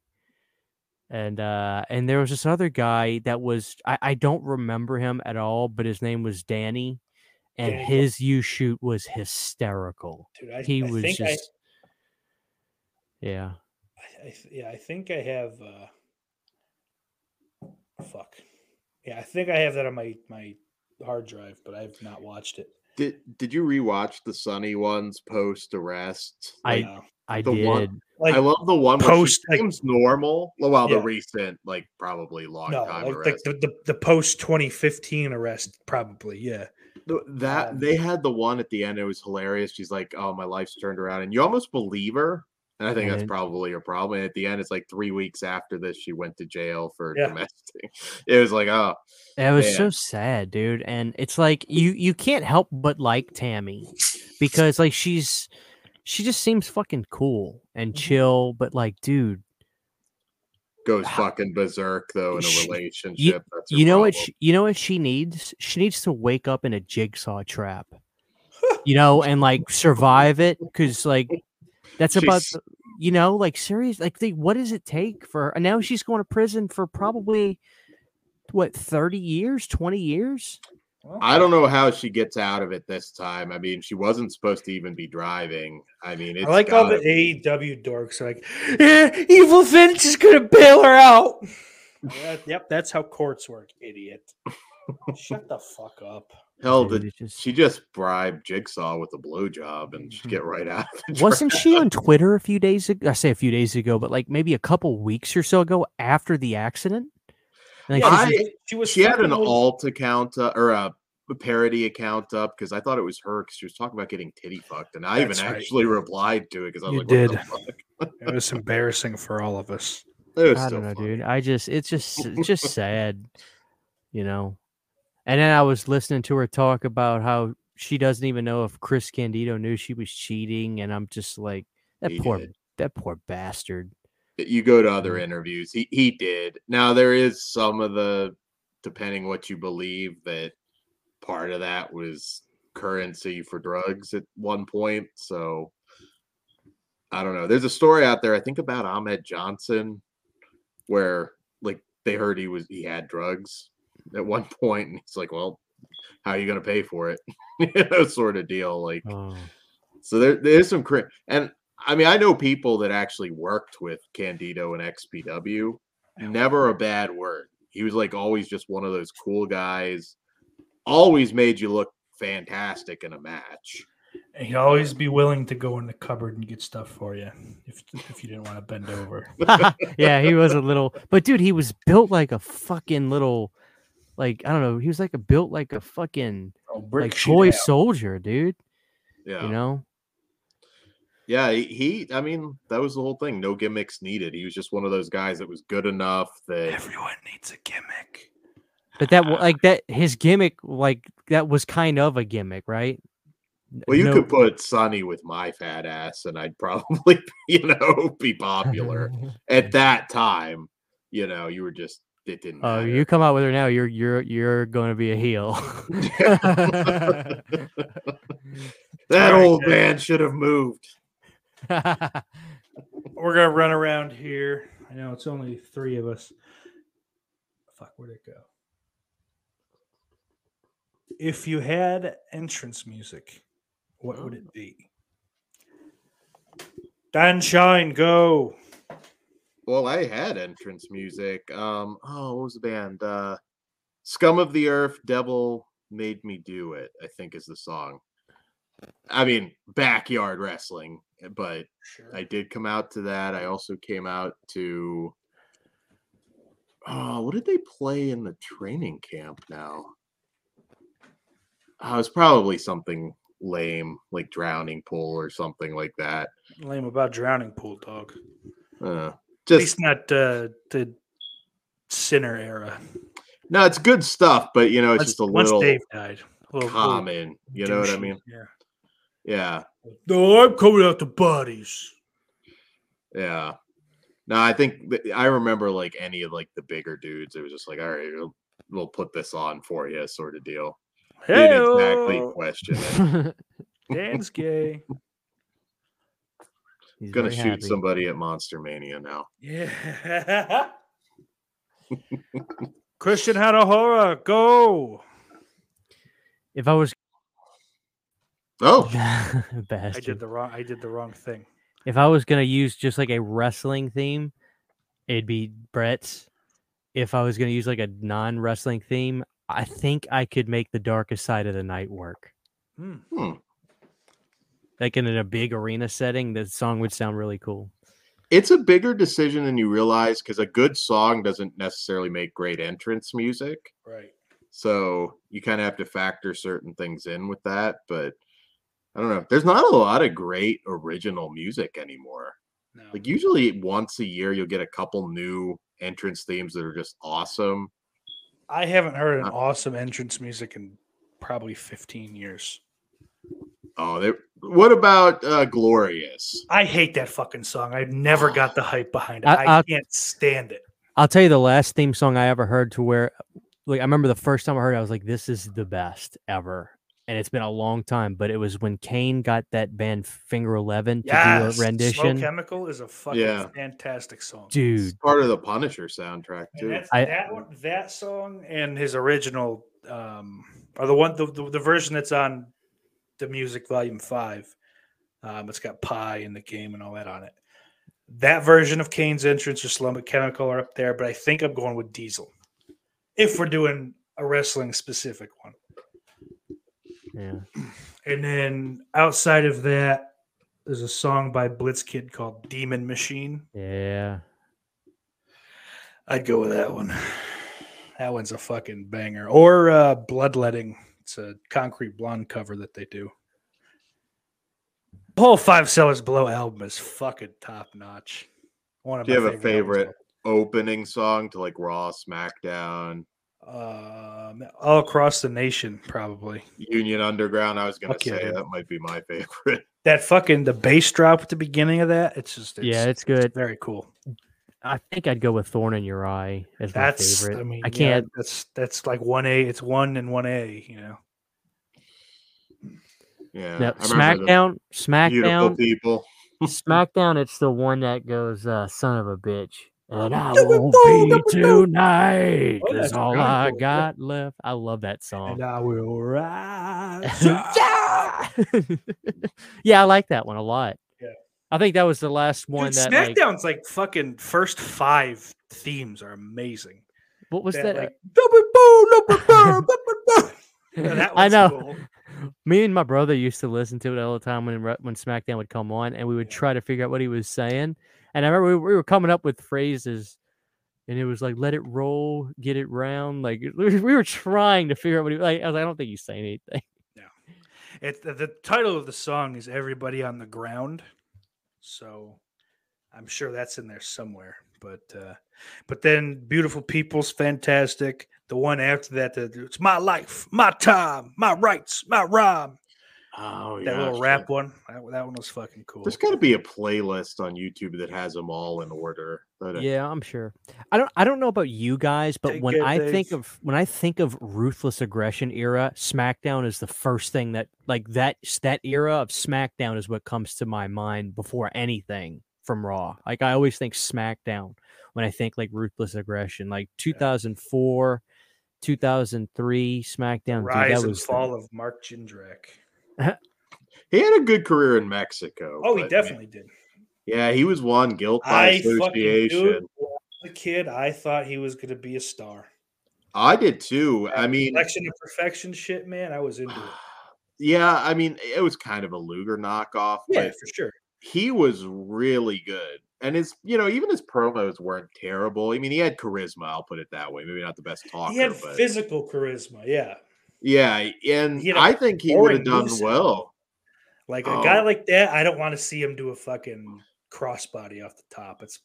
And uh and there was this other guy that was I, I don't remember him at all, but his name was Danny. And Danny. his U shoot was hysterical. Dude, I, He I was think just Yeah. I, I, th- yeah, I think I have. Uh, fuck. Yeah, I think I have that on my my hard drive, but I've not watched it. Did Did you rewatch the Sunny ones post arrest? I- Like, No. I The did. one- uh, like I love the one where she post, like- seems normal. Well, the Yeah. recent, like probably long no, time like arrest. the, the, the, the post twenty fifteen arrest, probably. Yeah, Th- that Um, they had the one at the end. It was hilarious. She's like, "Oh, my life's turned around," and you almost believe her. And I think that's Mhm. probably her problem. And at the end, it's like three weeks after this, she went to jail for Yeah. domestic. It was like, oh, It was Yeah. so sad, dude. And it's like you you can't help but like Tammy because like she's she just seems fucking cool Mm-hmm. and chill, but like, dude, goes How- fucking berserk though in a Ah. She- relationship. that's her you know what problem. she, you know what she needs? She needs to wake up in a jigsaw trap. you know, and like survive it cuz like that's about She's- the- you know, like serious like they, what does it take for and now she's going to prison for probably what 30 years, 20 years? I don't know how she gets out of it this time. I mean, she wasn't supposed to even be driving. I mean, it's I like all gotta the AEW dorks are like, "Eh, evil Vince is gonna bail her out. Yeah, yep, that's how courts work, idiot. Shut the fuck up. Hell, Dude, the, it's just- she just bribed Jigsaw with a blowjob and she get Mm-hmm. right out. Of the trap. Wasn't she on Twitter a few days ago? I say a few days ago, but like maybe a couple weeks or so ago after the accident. And, like, Yeah, she's- I- she was. She had an fucking with- alt account uh, or a parody account up because I thought it was her because she was talking about getting titty fucked, and I That's even right. actually replied to it because I was You like, what the did. fuck? It was embarrassing for all of us. It was I still don't know, funny. dude. I just it's just it's just sad, you know. And then I was listening to her talk about how she doesn't even know if Chris Candido knew she was cheating, and I'm just like that He poor did. that poor bastard. You go to other interviews. He he did. Now there is some of the depending what you believe that part of that was currency for drugs at one point. So I don't know. There's a story out there, I think about Ahmed Johnson, where like they heard he was he had drugs at one point, and he's like, Well, how are you gonna pay for it? you know, sort of deal. Like Oh, so there, there's some cri- and I mean I know people that actually worked with Candido and XPW. Never a bad word. He was like always just one of those cool guys. Always made you look fantastic in a match. And he'd always be willing to go in the cupboard and get stuff for you if if you didn't want to bend over. yeah, he was a little, but dude, he was built like a fucking little, like I don't know, he was like a built like a fucking Oh, brick like shit toy out. soldier, dude. Yeah. You know, Yeah, he, he I mean, that was the whole thing. No gimmicks needed. He was just one of those guys that was good enough that Everyone needs a gimmick. but that wa- like that his gimmick like that was kind of a gimmick, right? N- well, you no- could put Sonny with my fat ass, and I'd probably, you know, be popular at that time. You know, you were just it didn't. Oh, matter. you come out with her now. You're you're you're going to be a heel. All That right, old guys. man should have moved. We're gonna run around here. I know it's only three of us. Fuck, where'd it go? If you had entrance music, what would it be? Dan Shine, go. Well, I had entrance music. Um, oh, what was the band? Uh, Scum of the Earth, Devil Made Me Do It. I think is the song. I mean, backyard wrestling, eh, but Sure. I did come out to that. I also came out to. Oh, what did they play in the training camp now? Oh, it was probably something lame, like Drowning Pool or something like that. Lame about drowning pool dog. Uh, At just least not uh, the sinner era. no, it's good stuff, but you know, it's just a once little Dave died. A little- little common. You know what I douchey, mean? Yeah. Yeah, No, I'm coming out the bodies. yeah. No, I think th- I remember like any of like the bigger dudes. It was just like, all right, we'll, we'll put this on for you, sort of deal. They Didn't exactly Hey, question it. Dan's gay. He's Gonna very shoot happy. somebody at Monster Mania now. Yeah. Christian had a horror. Go. If I was Oh, I did bastard. the wrong. I did the wrong thing. If I was gonna use just like a wrestling theme, it'd be Brett's. If I was gonna use like a non wrestling theme, I think I could make the darkest side of the night work. Hmm. Like in a big arena setting, the song would sound really cool. it's a bigger decision than you realize because a good song doesn't necessarily make great entrance music. Right. So you kind of have to factor certain things in with that. But I don't know. There's not a lot of great original music anymore. No. Like usually once a year you'll get a couple new entrance themes that are just awesome. I haven't heard an Uh. awesome entrance music in probably 15 years. Oh, they what about uh Glorious? I hate that fucking song. I never got the hype behind it. I- I, I- can't stand it. I'll tell you the last theme song I ever heard to where like I remember the first time I heard it, I was like, this is the best ever. And it's been a long time, but it was when Kane got that band Finger Eleven to Yes, do a Smoke rendition. Chemical is a fucking Yeah. fantastic song. Dude, It's part of the Punisher soundtrack And too. that's, I- that one, that song, and his original, um, or the one, the, the, the version that's on the music volume five. Um, it's got pie in the game and all that on it. That version of Kane's entrance or Slum Chemical are up there, but I think I'm going with Diesel. If we're doing a wrestling specific one, yeah. and then outside of that, there's a song by Blitzkid called "Demon Machine." Yeah. I'd go with that one. That one's a fucking banger. Or uh, Bloodletting. It's a concrete blonde cover that they do. The whole Five Sellers Below album is fucking top notch. One of Do you my have a favorite? Opening song to like Raw, SmackDown, albums. Um, all across the nation, probably. Union Underground. I was gonna Fuck yeah, say dude. that might be my favorite. That fucking the bass drop at the beginning of that. It's just it's, yeah, it's good. very cool. I think I'd go with Thorn in Your Eye as my That's favorite. I mean I yeah, can't that's that's like one A. It's one and one A. You know. Yeah. no, I remember the SmackDown Beautiful SmackDown people. SmackDown it's the one that goes uh, son of a bitch. And I won't be tonight. Oh, That's that's all kinda I cool, yeah. got left. I love that song. I will rise. yeah, Yeah, I like that one a lot. Yeah. I think that was the last one Dude, that like, SmackDown's like, fucking first five themes are amazing. what was that? that, like, uh, that I one's know. cool. Me and my brother used to listen to it all the time when Re- when SmackDown would come on, and we would try to figure out what he was saying. And I remember we, we were coming up with phrases, and it was like "Let it roll," "Get it round." Like we were trying to figure out what he like. I was like, I don't think he's saying anything. It, the, the title of the song is "Everybody on the Ground," so I'm sure that's in there somewhere. But uh, but then "Beautiful People's" fantastic. The one after that, the, it's my life, my time, my rights, my rhyme. Oh That little shit. rap one, that, that one was fucking cool. There's got to be a playlist on YouTube that has them all in order. But, uh, Yeah, I'm sure. I don't I don't know about you guys, but Take when care, I think Dave. of when I think of ruthless aggression era, SmackDown is the first thing that like that that era of SmackDown is what comes to my mind before anything from Raw. Like I always think SmackDown when I think like ruthless aggression, like 2004, 2003 SmackDown. dude, Rise that and was the- fall of Mark Jindrak. He had a good career in Mexico. Oh, he but, definitely did. Yeah, he was one guilt by I fucking association. dude, when I was a kid, I thought he was gonna be a star. I did too. I That mean, collection of perfection shit, man. I was into it. yeah, I mean, it was kind of a Luger knockoff, Yeah, but for sure. he was really good. And his, you know, even his promos weren't terrible. I mean, he had charisma. I'll put it that way. Maybe not the best talker, He had but physical charisma, yeah. yeah. And He had a I think he would boring have done moveset. well. Like a guy Oh. like that, I don't want to see him do a fucking crossbody off the top. It's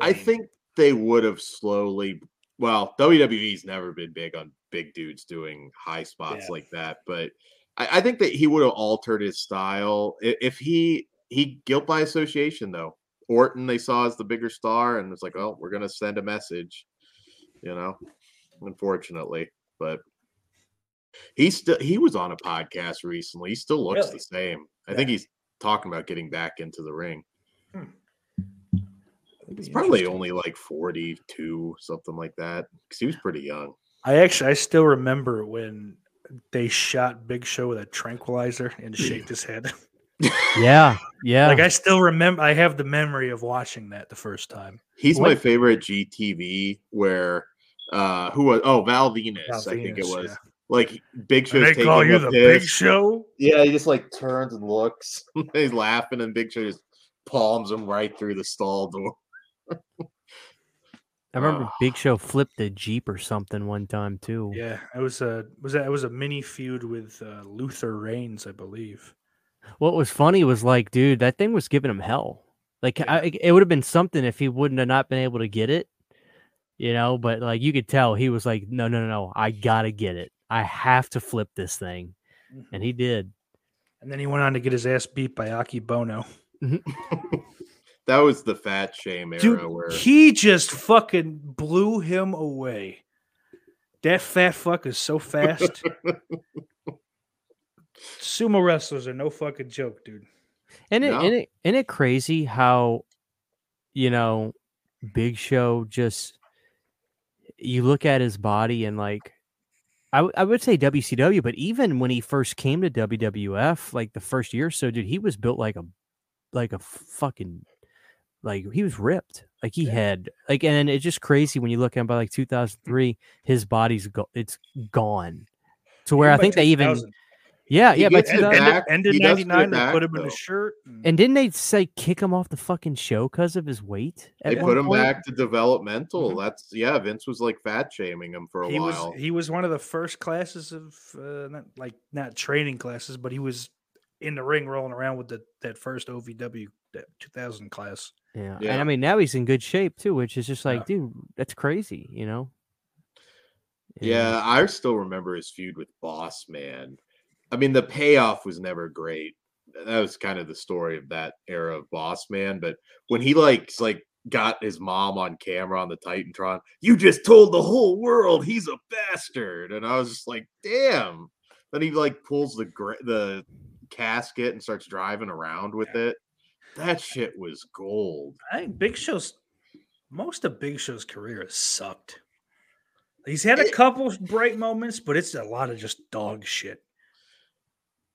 I lame. think they would have slowly. Well, WWE's never been big on big dudes doing high spots Yeah. like that, but I, I think that he would have altered his style I- if he he guilt by association though. Orton they saw as the bigger star, and it's like, oh, we're gonna send a message, you know. Unfortunately, but he still he was on a podcast recently. He still looks Really? the same. I Yeah. think he's talking about getting back into the ring. Hmm. It's probably only like 42, something like that. Because he was pretty young. I actually, I still remember when they shot Big Show with a tranquilizer and shaked his head. Yeah, yeah. like I still remember. I have the memory of watching that the first time. He's my favorite GTV where uh who was oh Val Venus, Val I think it Venus, was. yeah. Like Big Show's they taking call you a the piss. Big Show. Yeah, he just like turns and looks. He's laughing and Big Show just palms him right through the stall door. I remember Ah. Big Show flipped a Jeep or something one time too. Yeah, it was a was that it was a mini feud with uh, Luther Reigns, I believe. What was funny was like, dude, that thing was giving him hell. Like, I, it would have been something if he wouldn't have not been able to get it, you know. But like, you could tell he was like, no, no, no, no, I gotta get it. I have to flip this thing, and he did. And then he went on to get his ass beat by Aki Bono. That was the fat shame era Dude, where he just fucking blew him away. That fat fuck is so fast. Sumo wrestlers are no fucking joke, dude. And it, No. and it and it crazy how you know Big Show just you look at his body and like I w- I would say WCW, but even when he first came to WWF, like the first year or so, dude, he was built like a like a fucking like he was ripped. Like he had like and it's just crazy when you look at him by like 2003, his body's go- it's gone. To where I By think they even 2000. yeah, He yeah, by gets it 2000 back. ended, ended he does put it 99, they back, put him in though. a shirt. And didn't they say kick him off the fucking show because of his weight? at they one put him point? back to developmental. That's yeah, Vince was like fat shaming him for a Mm-hmm. he while. was he was one of the first classes of uh, not, like not training classes, but he was in the ring rolling around with the that first OVW that 2000 class. Yeah. And Yeah. I mean, now he's in good shape too, which is just like, dude, that's crazy, you know? And Yeah, I still remember his feud with Boss Man. I mean, the payoff was never great. That was kind of the story of that era of Boss Man. But when he like s- like got his mom on camera on the Titantron, you just told the whole world he's a bastard, and I was just like, damn. Then he like pulls the gra- the casket and starts driving around with it. That shit was gold. I think Big Show's most of Big Show's career has sucked. He's had a It- couple bright moments, but it's a lot of just dog shit.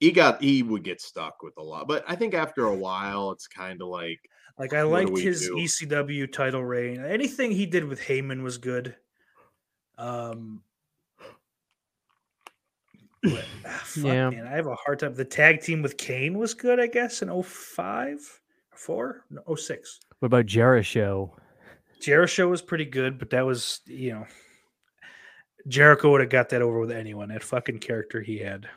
He got he would get stuck with a lot, but I think after a while, it's kind of like Like I What do liked we his do? ECW title reign. Anything he did with Heyman was good. Um, but, ah, fuck, Yeah. man, I have a hard time. The tag team with Kane was good, I guess, in 05, 4, no, 06. What about Jericho? Jericho was pretty good, but that was you know Jericho would have got that over with anyone. That fucking character he had.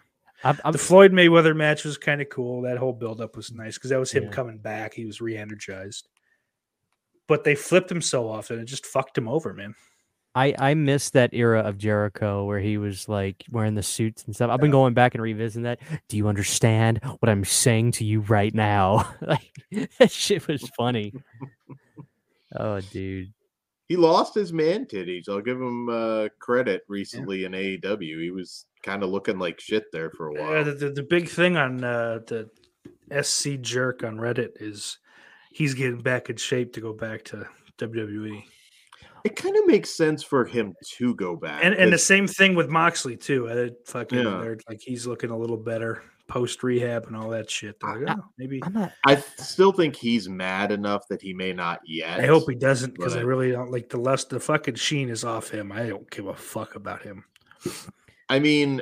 I'm, I'm, the Floyd Mayweather match was kind of cool. That whole buildup was nice because that was him Yeah. coming back. He was re-energized. But they flipped him so often, it just fucked him over, man. I I miss that era of Jericho where he was like wearing the suits and stuff. I've been going back and revisiting that. Do you understand what I'm saying to you right now? like that shit was funny. oh, dude. he lost his man titties. I'll give him uh, credit recently in AEW. He was kind of looking like shit there for a Uh, while. the, the, the big thing on uh, the SC jerk on Reddit is he's getting back in shape to go back to E. WWE. it kind of makes sense for him to go back. And and the 'cause same thing with Moxley too. I did fucking Yeah. they're like he's looking a little better post rehab and all that shit. They're like, I- "Oh, maybe I'm not I th- still think he's mad enough that he may not yet. I hope he doesn't because I Right. really don't like the lust. The fucking sheen is off him. I don't give a fuck about him. I mean,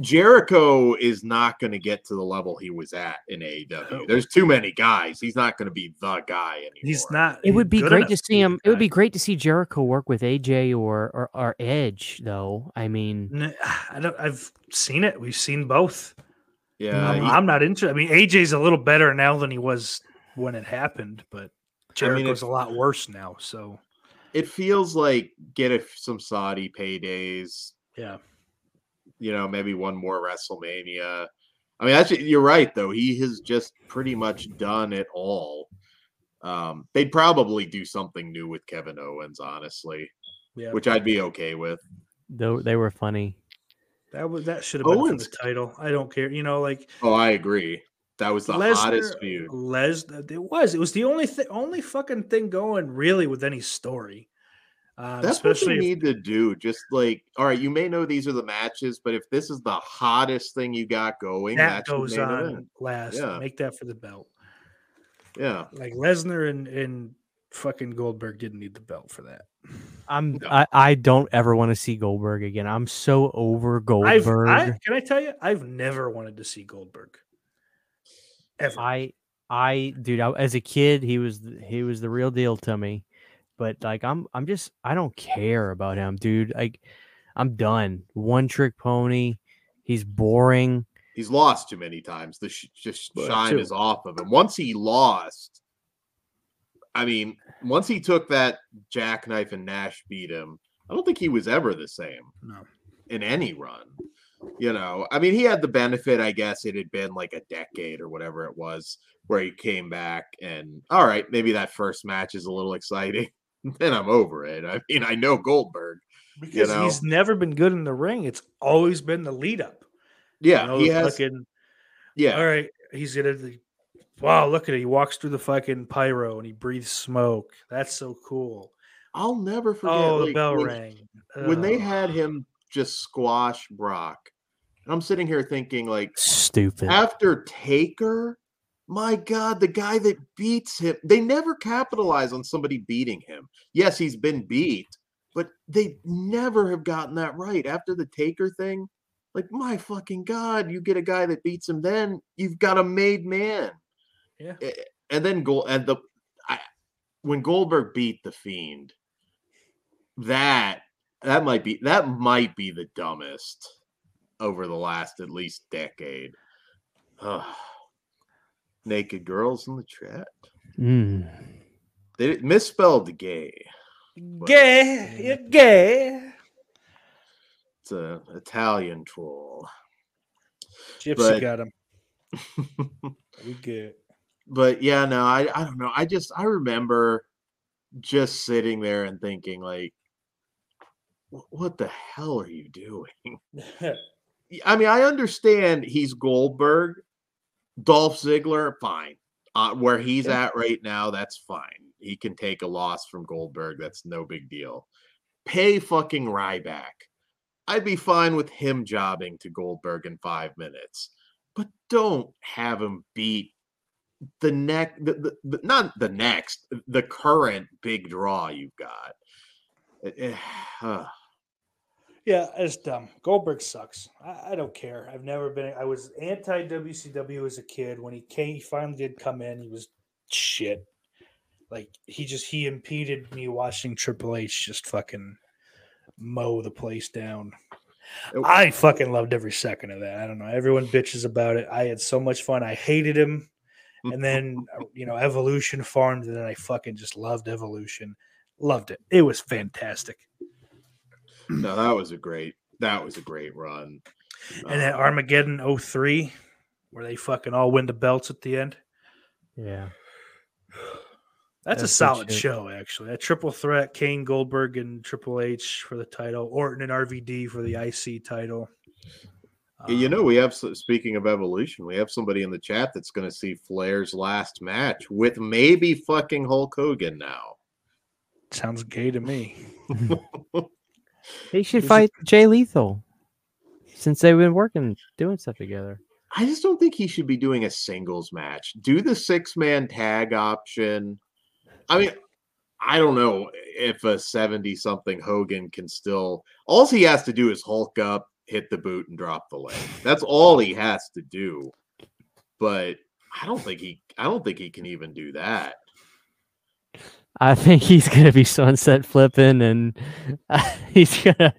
Jericho is not going to get to the level he was at in AEW. No. There's too many guys. He's not going to be the guy anymore. Oh. He's not. It would be good great enough to see him. It the would be guy. great to see Jericho work with AJ or or, or Edge, though. I mean, N- I don't. I've seen it. We've seen both. Yeah, I'm, Uh, he- I'm not interested. I mean, AJ's a little better now than he was when it happened, but Jericho's it's- a lot worse now. So it feels like get a, some Saudi paydays, yeah, you know, maybe one more WrestleMania. I mean, actually, you're right though. He has just pretty much done it all. Um, they'd probably do something new with Kevin Owens, honestly, yeah. which I'd be okay with. though they were funny. that was that should have been for Owens- the title. I don't care. You know, like Oh, I agree. That was the Lesnar- hottest feud. Les, it was. It was the only thing, only fucking thing going really with any story. Uh, That's especially what if- you need to do. Just like, all right, you may know these are the matches, but if this is the hottest thing you got going, that that's your goes main on event. last. Yeah. Make that for the belt. Yeah, Like Lesnar and and fucking Goldberg didn't need the belt for that. I'm No. I, I don't ever want to see Goldberg again. I'm so over I've, Goldberg. I can I tell you, I've never wanted to see Goldberg. Ever. I I dude, I, as a kid, he was th- he was the real deal to me. But like I'm I'm just I don't care about him, dude. Like I'm done. One trick pony. He's boring. he's lost too many times. The sh- just Well, shine too. is off of him. Once he lost, I mean, once he took that jackknife and Nash beat him, I don't think he was ever the same no. in any run. You know, I mean, he had the benefit, I guess it had been like a decade or whatever it was where he came back and all right, maybe that first match is a little exciting. then I'm over it. I mean, I know Goldberg. Because know. he's never been good in the ring. It's always been the lead up. Yeah, You know, he has. fucking, yeah, all right, he's gonna the- wow, look at it. He walks through the fucking pyro and he breathes smoke. That's so cool. I'll never forget. Oh, the like, bell when- rang. when they Ugh. had him just squash Brock. And I'm sitting here thinking, like, Stupid. after Taker, my God, the guy that beats him, they never capitalize on somebody beating him. Yes, he's been beat, but they never have gotten that right. After the Taker thing, like, my fucking God, you get a guy that beats him, then you've got a made man. Yeah. Eh, And then goal and the I when Goldberg beat the fiend, that that might be that might be the dumbest over the last at least decade. Ugh. naked girls in the chat. Mm. They didn't- misspelled gay. gay, you're gay. It's an Italian troll. Gypsy But- got him. We good. but yeah, no, I, I don't know. I just I remember just sitting there and thinking like, "Wh- what the hell are you doing? Y- I mean, I understand he's Goldberg, Dolph Ziggler, fine. Uh, where he's Yeah. at right now, that's fine. He can take a loss from Goldberg. That's no big deal. Pay fucking Ryback. I'd be fine with him jobbing to Goldberg in five minutes, but don't have him beat the neck, the, the, the- not the next, the current big draw you've got. Eh, eh, ugh. Yeah, it's dumb. Goldberg sucks. I, I don't care. I've never been. I was anti WCW as a kid. When he came, he finally did come in. He was shit. Like he just he impeded me watching Triple H just fucking mow the place down. Oh. I fucking loved every second of that. I don't know. Everyone bitches about it. I had so much fun. I hated him. And then, uh, you know, Evolution farmed. And then I fucking just loved Evolution. Loved it. It was fantastic. no, that was a great, that was a great run. And that Um, Armageddon 03, where they fucking all win the belts at the end. Yeah. That's, a That's good solid shit. show, actually. That triple threat, Kane, Goldberg, and Triple H for the title, Orton and RVD for the IC title. You Um, know, we have so- speaking of evolution, we have somebody in the chat that's going to see Flair's last match with maybe fucking Hulk Hogan now. sounds gay to me. They should Is it- fight Jay Lethal since they've been working doing stuff together. I just don't think he should be doing a singles match. Do the six man tag option. I mean, I don't know if a 70 something Hogan can still. All he has to do is Hulk up, hit the boot, and drop the leg. That's all he has to do. But I don't think he. I don't think he can even do that. I think he's gonna be sunset flipping, and he's gonna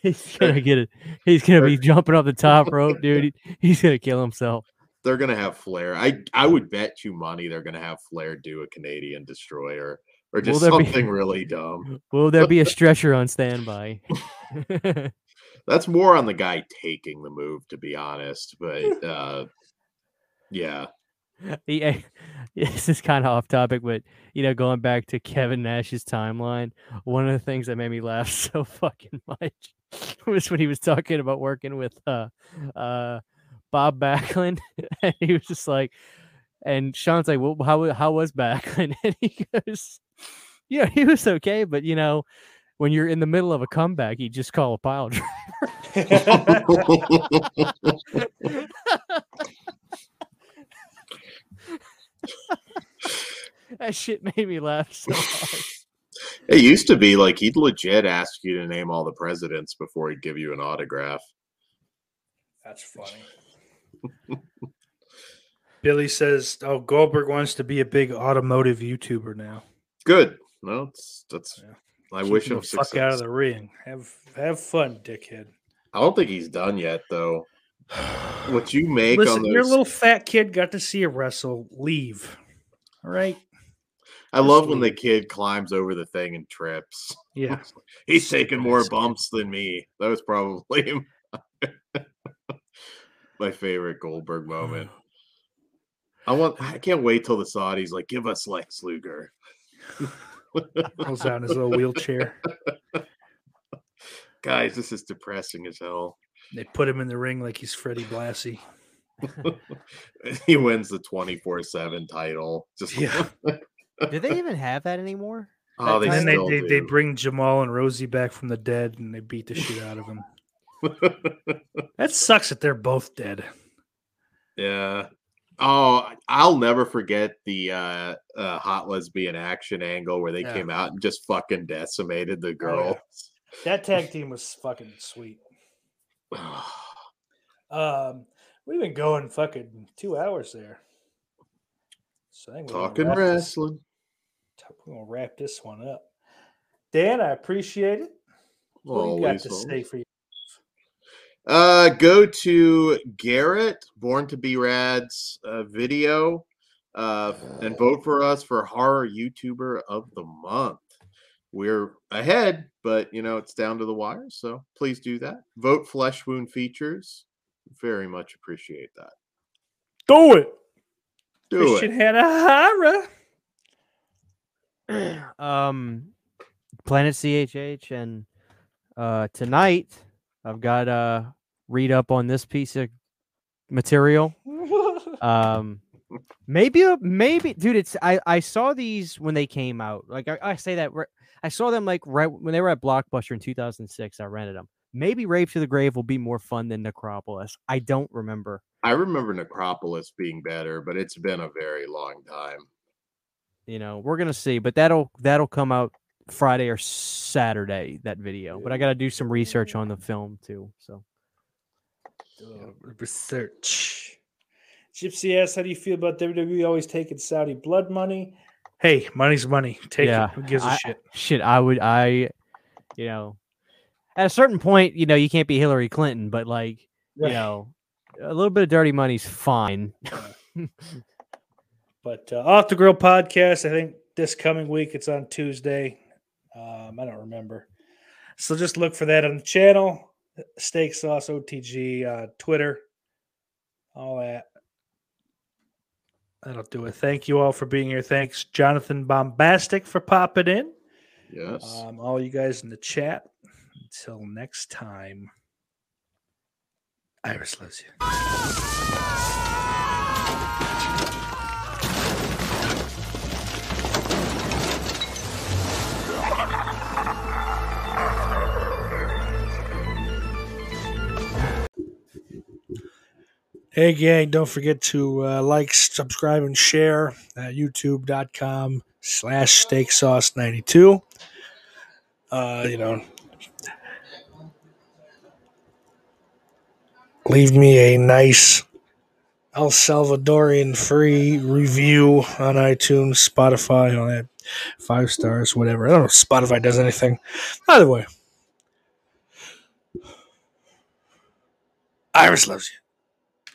he's gonna get it. He's gonna be jumping off the top rope, dude. He- He's gonna kill himself. they're gonna have Flair. I I would bet you money they're gonna have Flair do a Canadian destroyer or just there be- something really dumb. Will there be a stretcher on standby? That's more on the guy taking the move, to be honest. But uh yeah, yeah, this is kind of off topic, but you know, going back to Kevin Nash's timeline, one of the things that made me laugh so fucking much was when he was talking about working with uh uh Bob Backlund, and he was just like, and Sean's like, well, how how was Backlund? And he goes, yeah, he was okay, but you know, when you're in the middle of a comeback, you just call a pile driver. that shit made me laugh so hard. It used to be like he'd legit ask you to name all the presidents before he'd give you an autograph. That's funny. Billy says, "Oh, Goldberg wants to be a big automotive YouTuber now." Good. No, that's that's. Yeah. I Keep wish him, him fuck out of the ring. Have have fun, dickhead. I don't think he's done yet, though. What you make Listen, on those... your little fat kid got to see a wrestle. Leave. All right. I Just love leave. when the kid climbs over the thing and trips. Yeah. he's taking more bumps than me. That was probably my favorite Goldberg moment. I want. I can't wait till the Saudis like give us Lex Luger. Rolls out in his little wheelchair. Guys, this is depressing as hell. They put him in the ring like he's Freddie Blassie. he wins the twenty four seven title. Just yeah. do they even have that anymore? Oh, they they, and they, still they, do. they bring Jamal and Rosie back from the dead and they beat the shit out of him. that sucks that they're both dead. Yeah. Oh, I'll never forget the uh, uh, hot lesbian action angle where they Yeah. Oh, came out and just fucking decimated the girl. That tag team was fucking sweet. Um, we've been going fucking two hours there. So I think we're gonna Talking wrap this- wrestling. we're gonna wrap this one up. Dan, I appreciate it. What do you got Always, to always. say for you? Uh, go to Garrett Born to Be Rad's uh, video, uh, and vote for us for horror YouTuber of the month. We're ahead, but you know it's down to the wire, so please do that. Vote Flesh Wound Features. Very much appreciate that. Do it. Do Christian it. Hanahara. um planet chh and uh tonight i've got a read up on this piece of material um maybe a- maybe dude it's i i saw these when they came out like i, I say that ri- i saw them like right when they were at blockbuster in 2006 i rented them maybe rave to the grave will be more fun than necropolis i don't remember I remember Necropolis being better, but it's been a very long time. you know we're gonna see but that'll that'll come out friday or saturday that video but i gotta do some research on the film too so Uh, research. Gypsy asks, how do you feel about WWE always taking Saudi blood money? Hey, money's money. Take Yeah, it. Who gives a I- shit? shit i would i you know at a certain point you know you can't be hillary clinton but like you know a little bit of dirty money's fine But uh, off the grill podcast, I think this coming week it's on Tuesday. Um, I don't remember, so just look for that on the channel. Steak sauce OTG uh, Twitter, all that. That'll do it. Thank you all for being here. Thanks, Jonathan Bombastic, for popping in. Yes. Um, all you guys in the chat. Until next time, Iris loves you. Hey, gang, don't forget to uh, like, subscribe, and share at youtube.com slash steaksauce92. Uh, you know, leave me a nice El Salvadorian free review on iTunes, Spotify, all that. Five stars, whatever. I don't know if Spotify does anything. Either way, Iris loves you.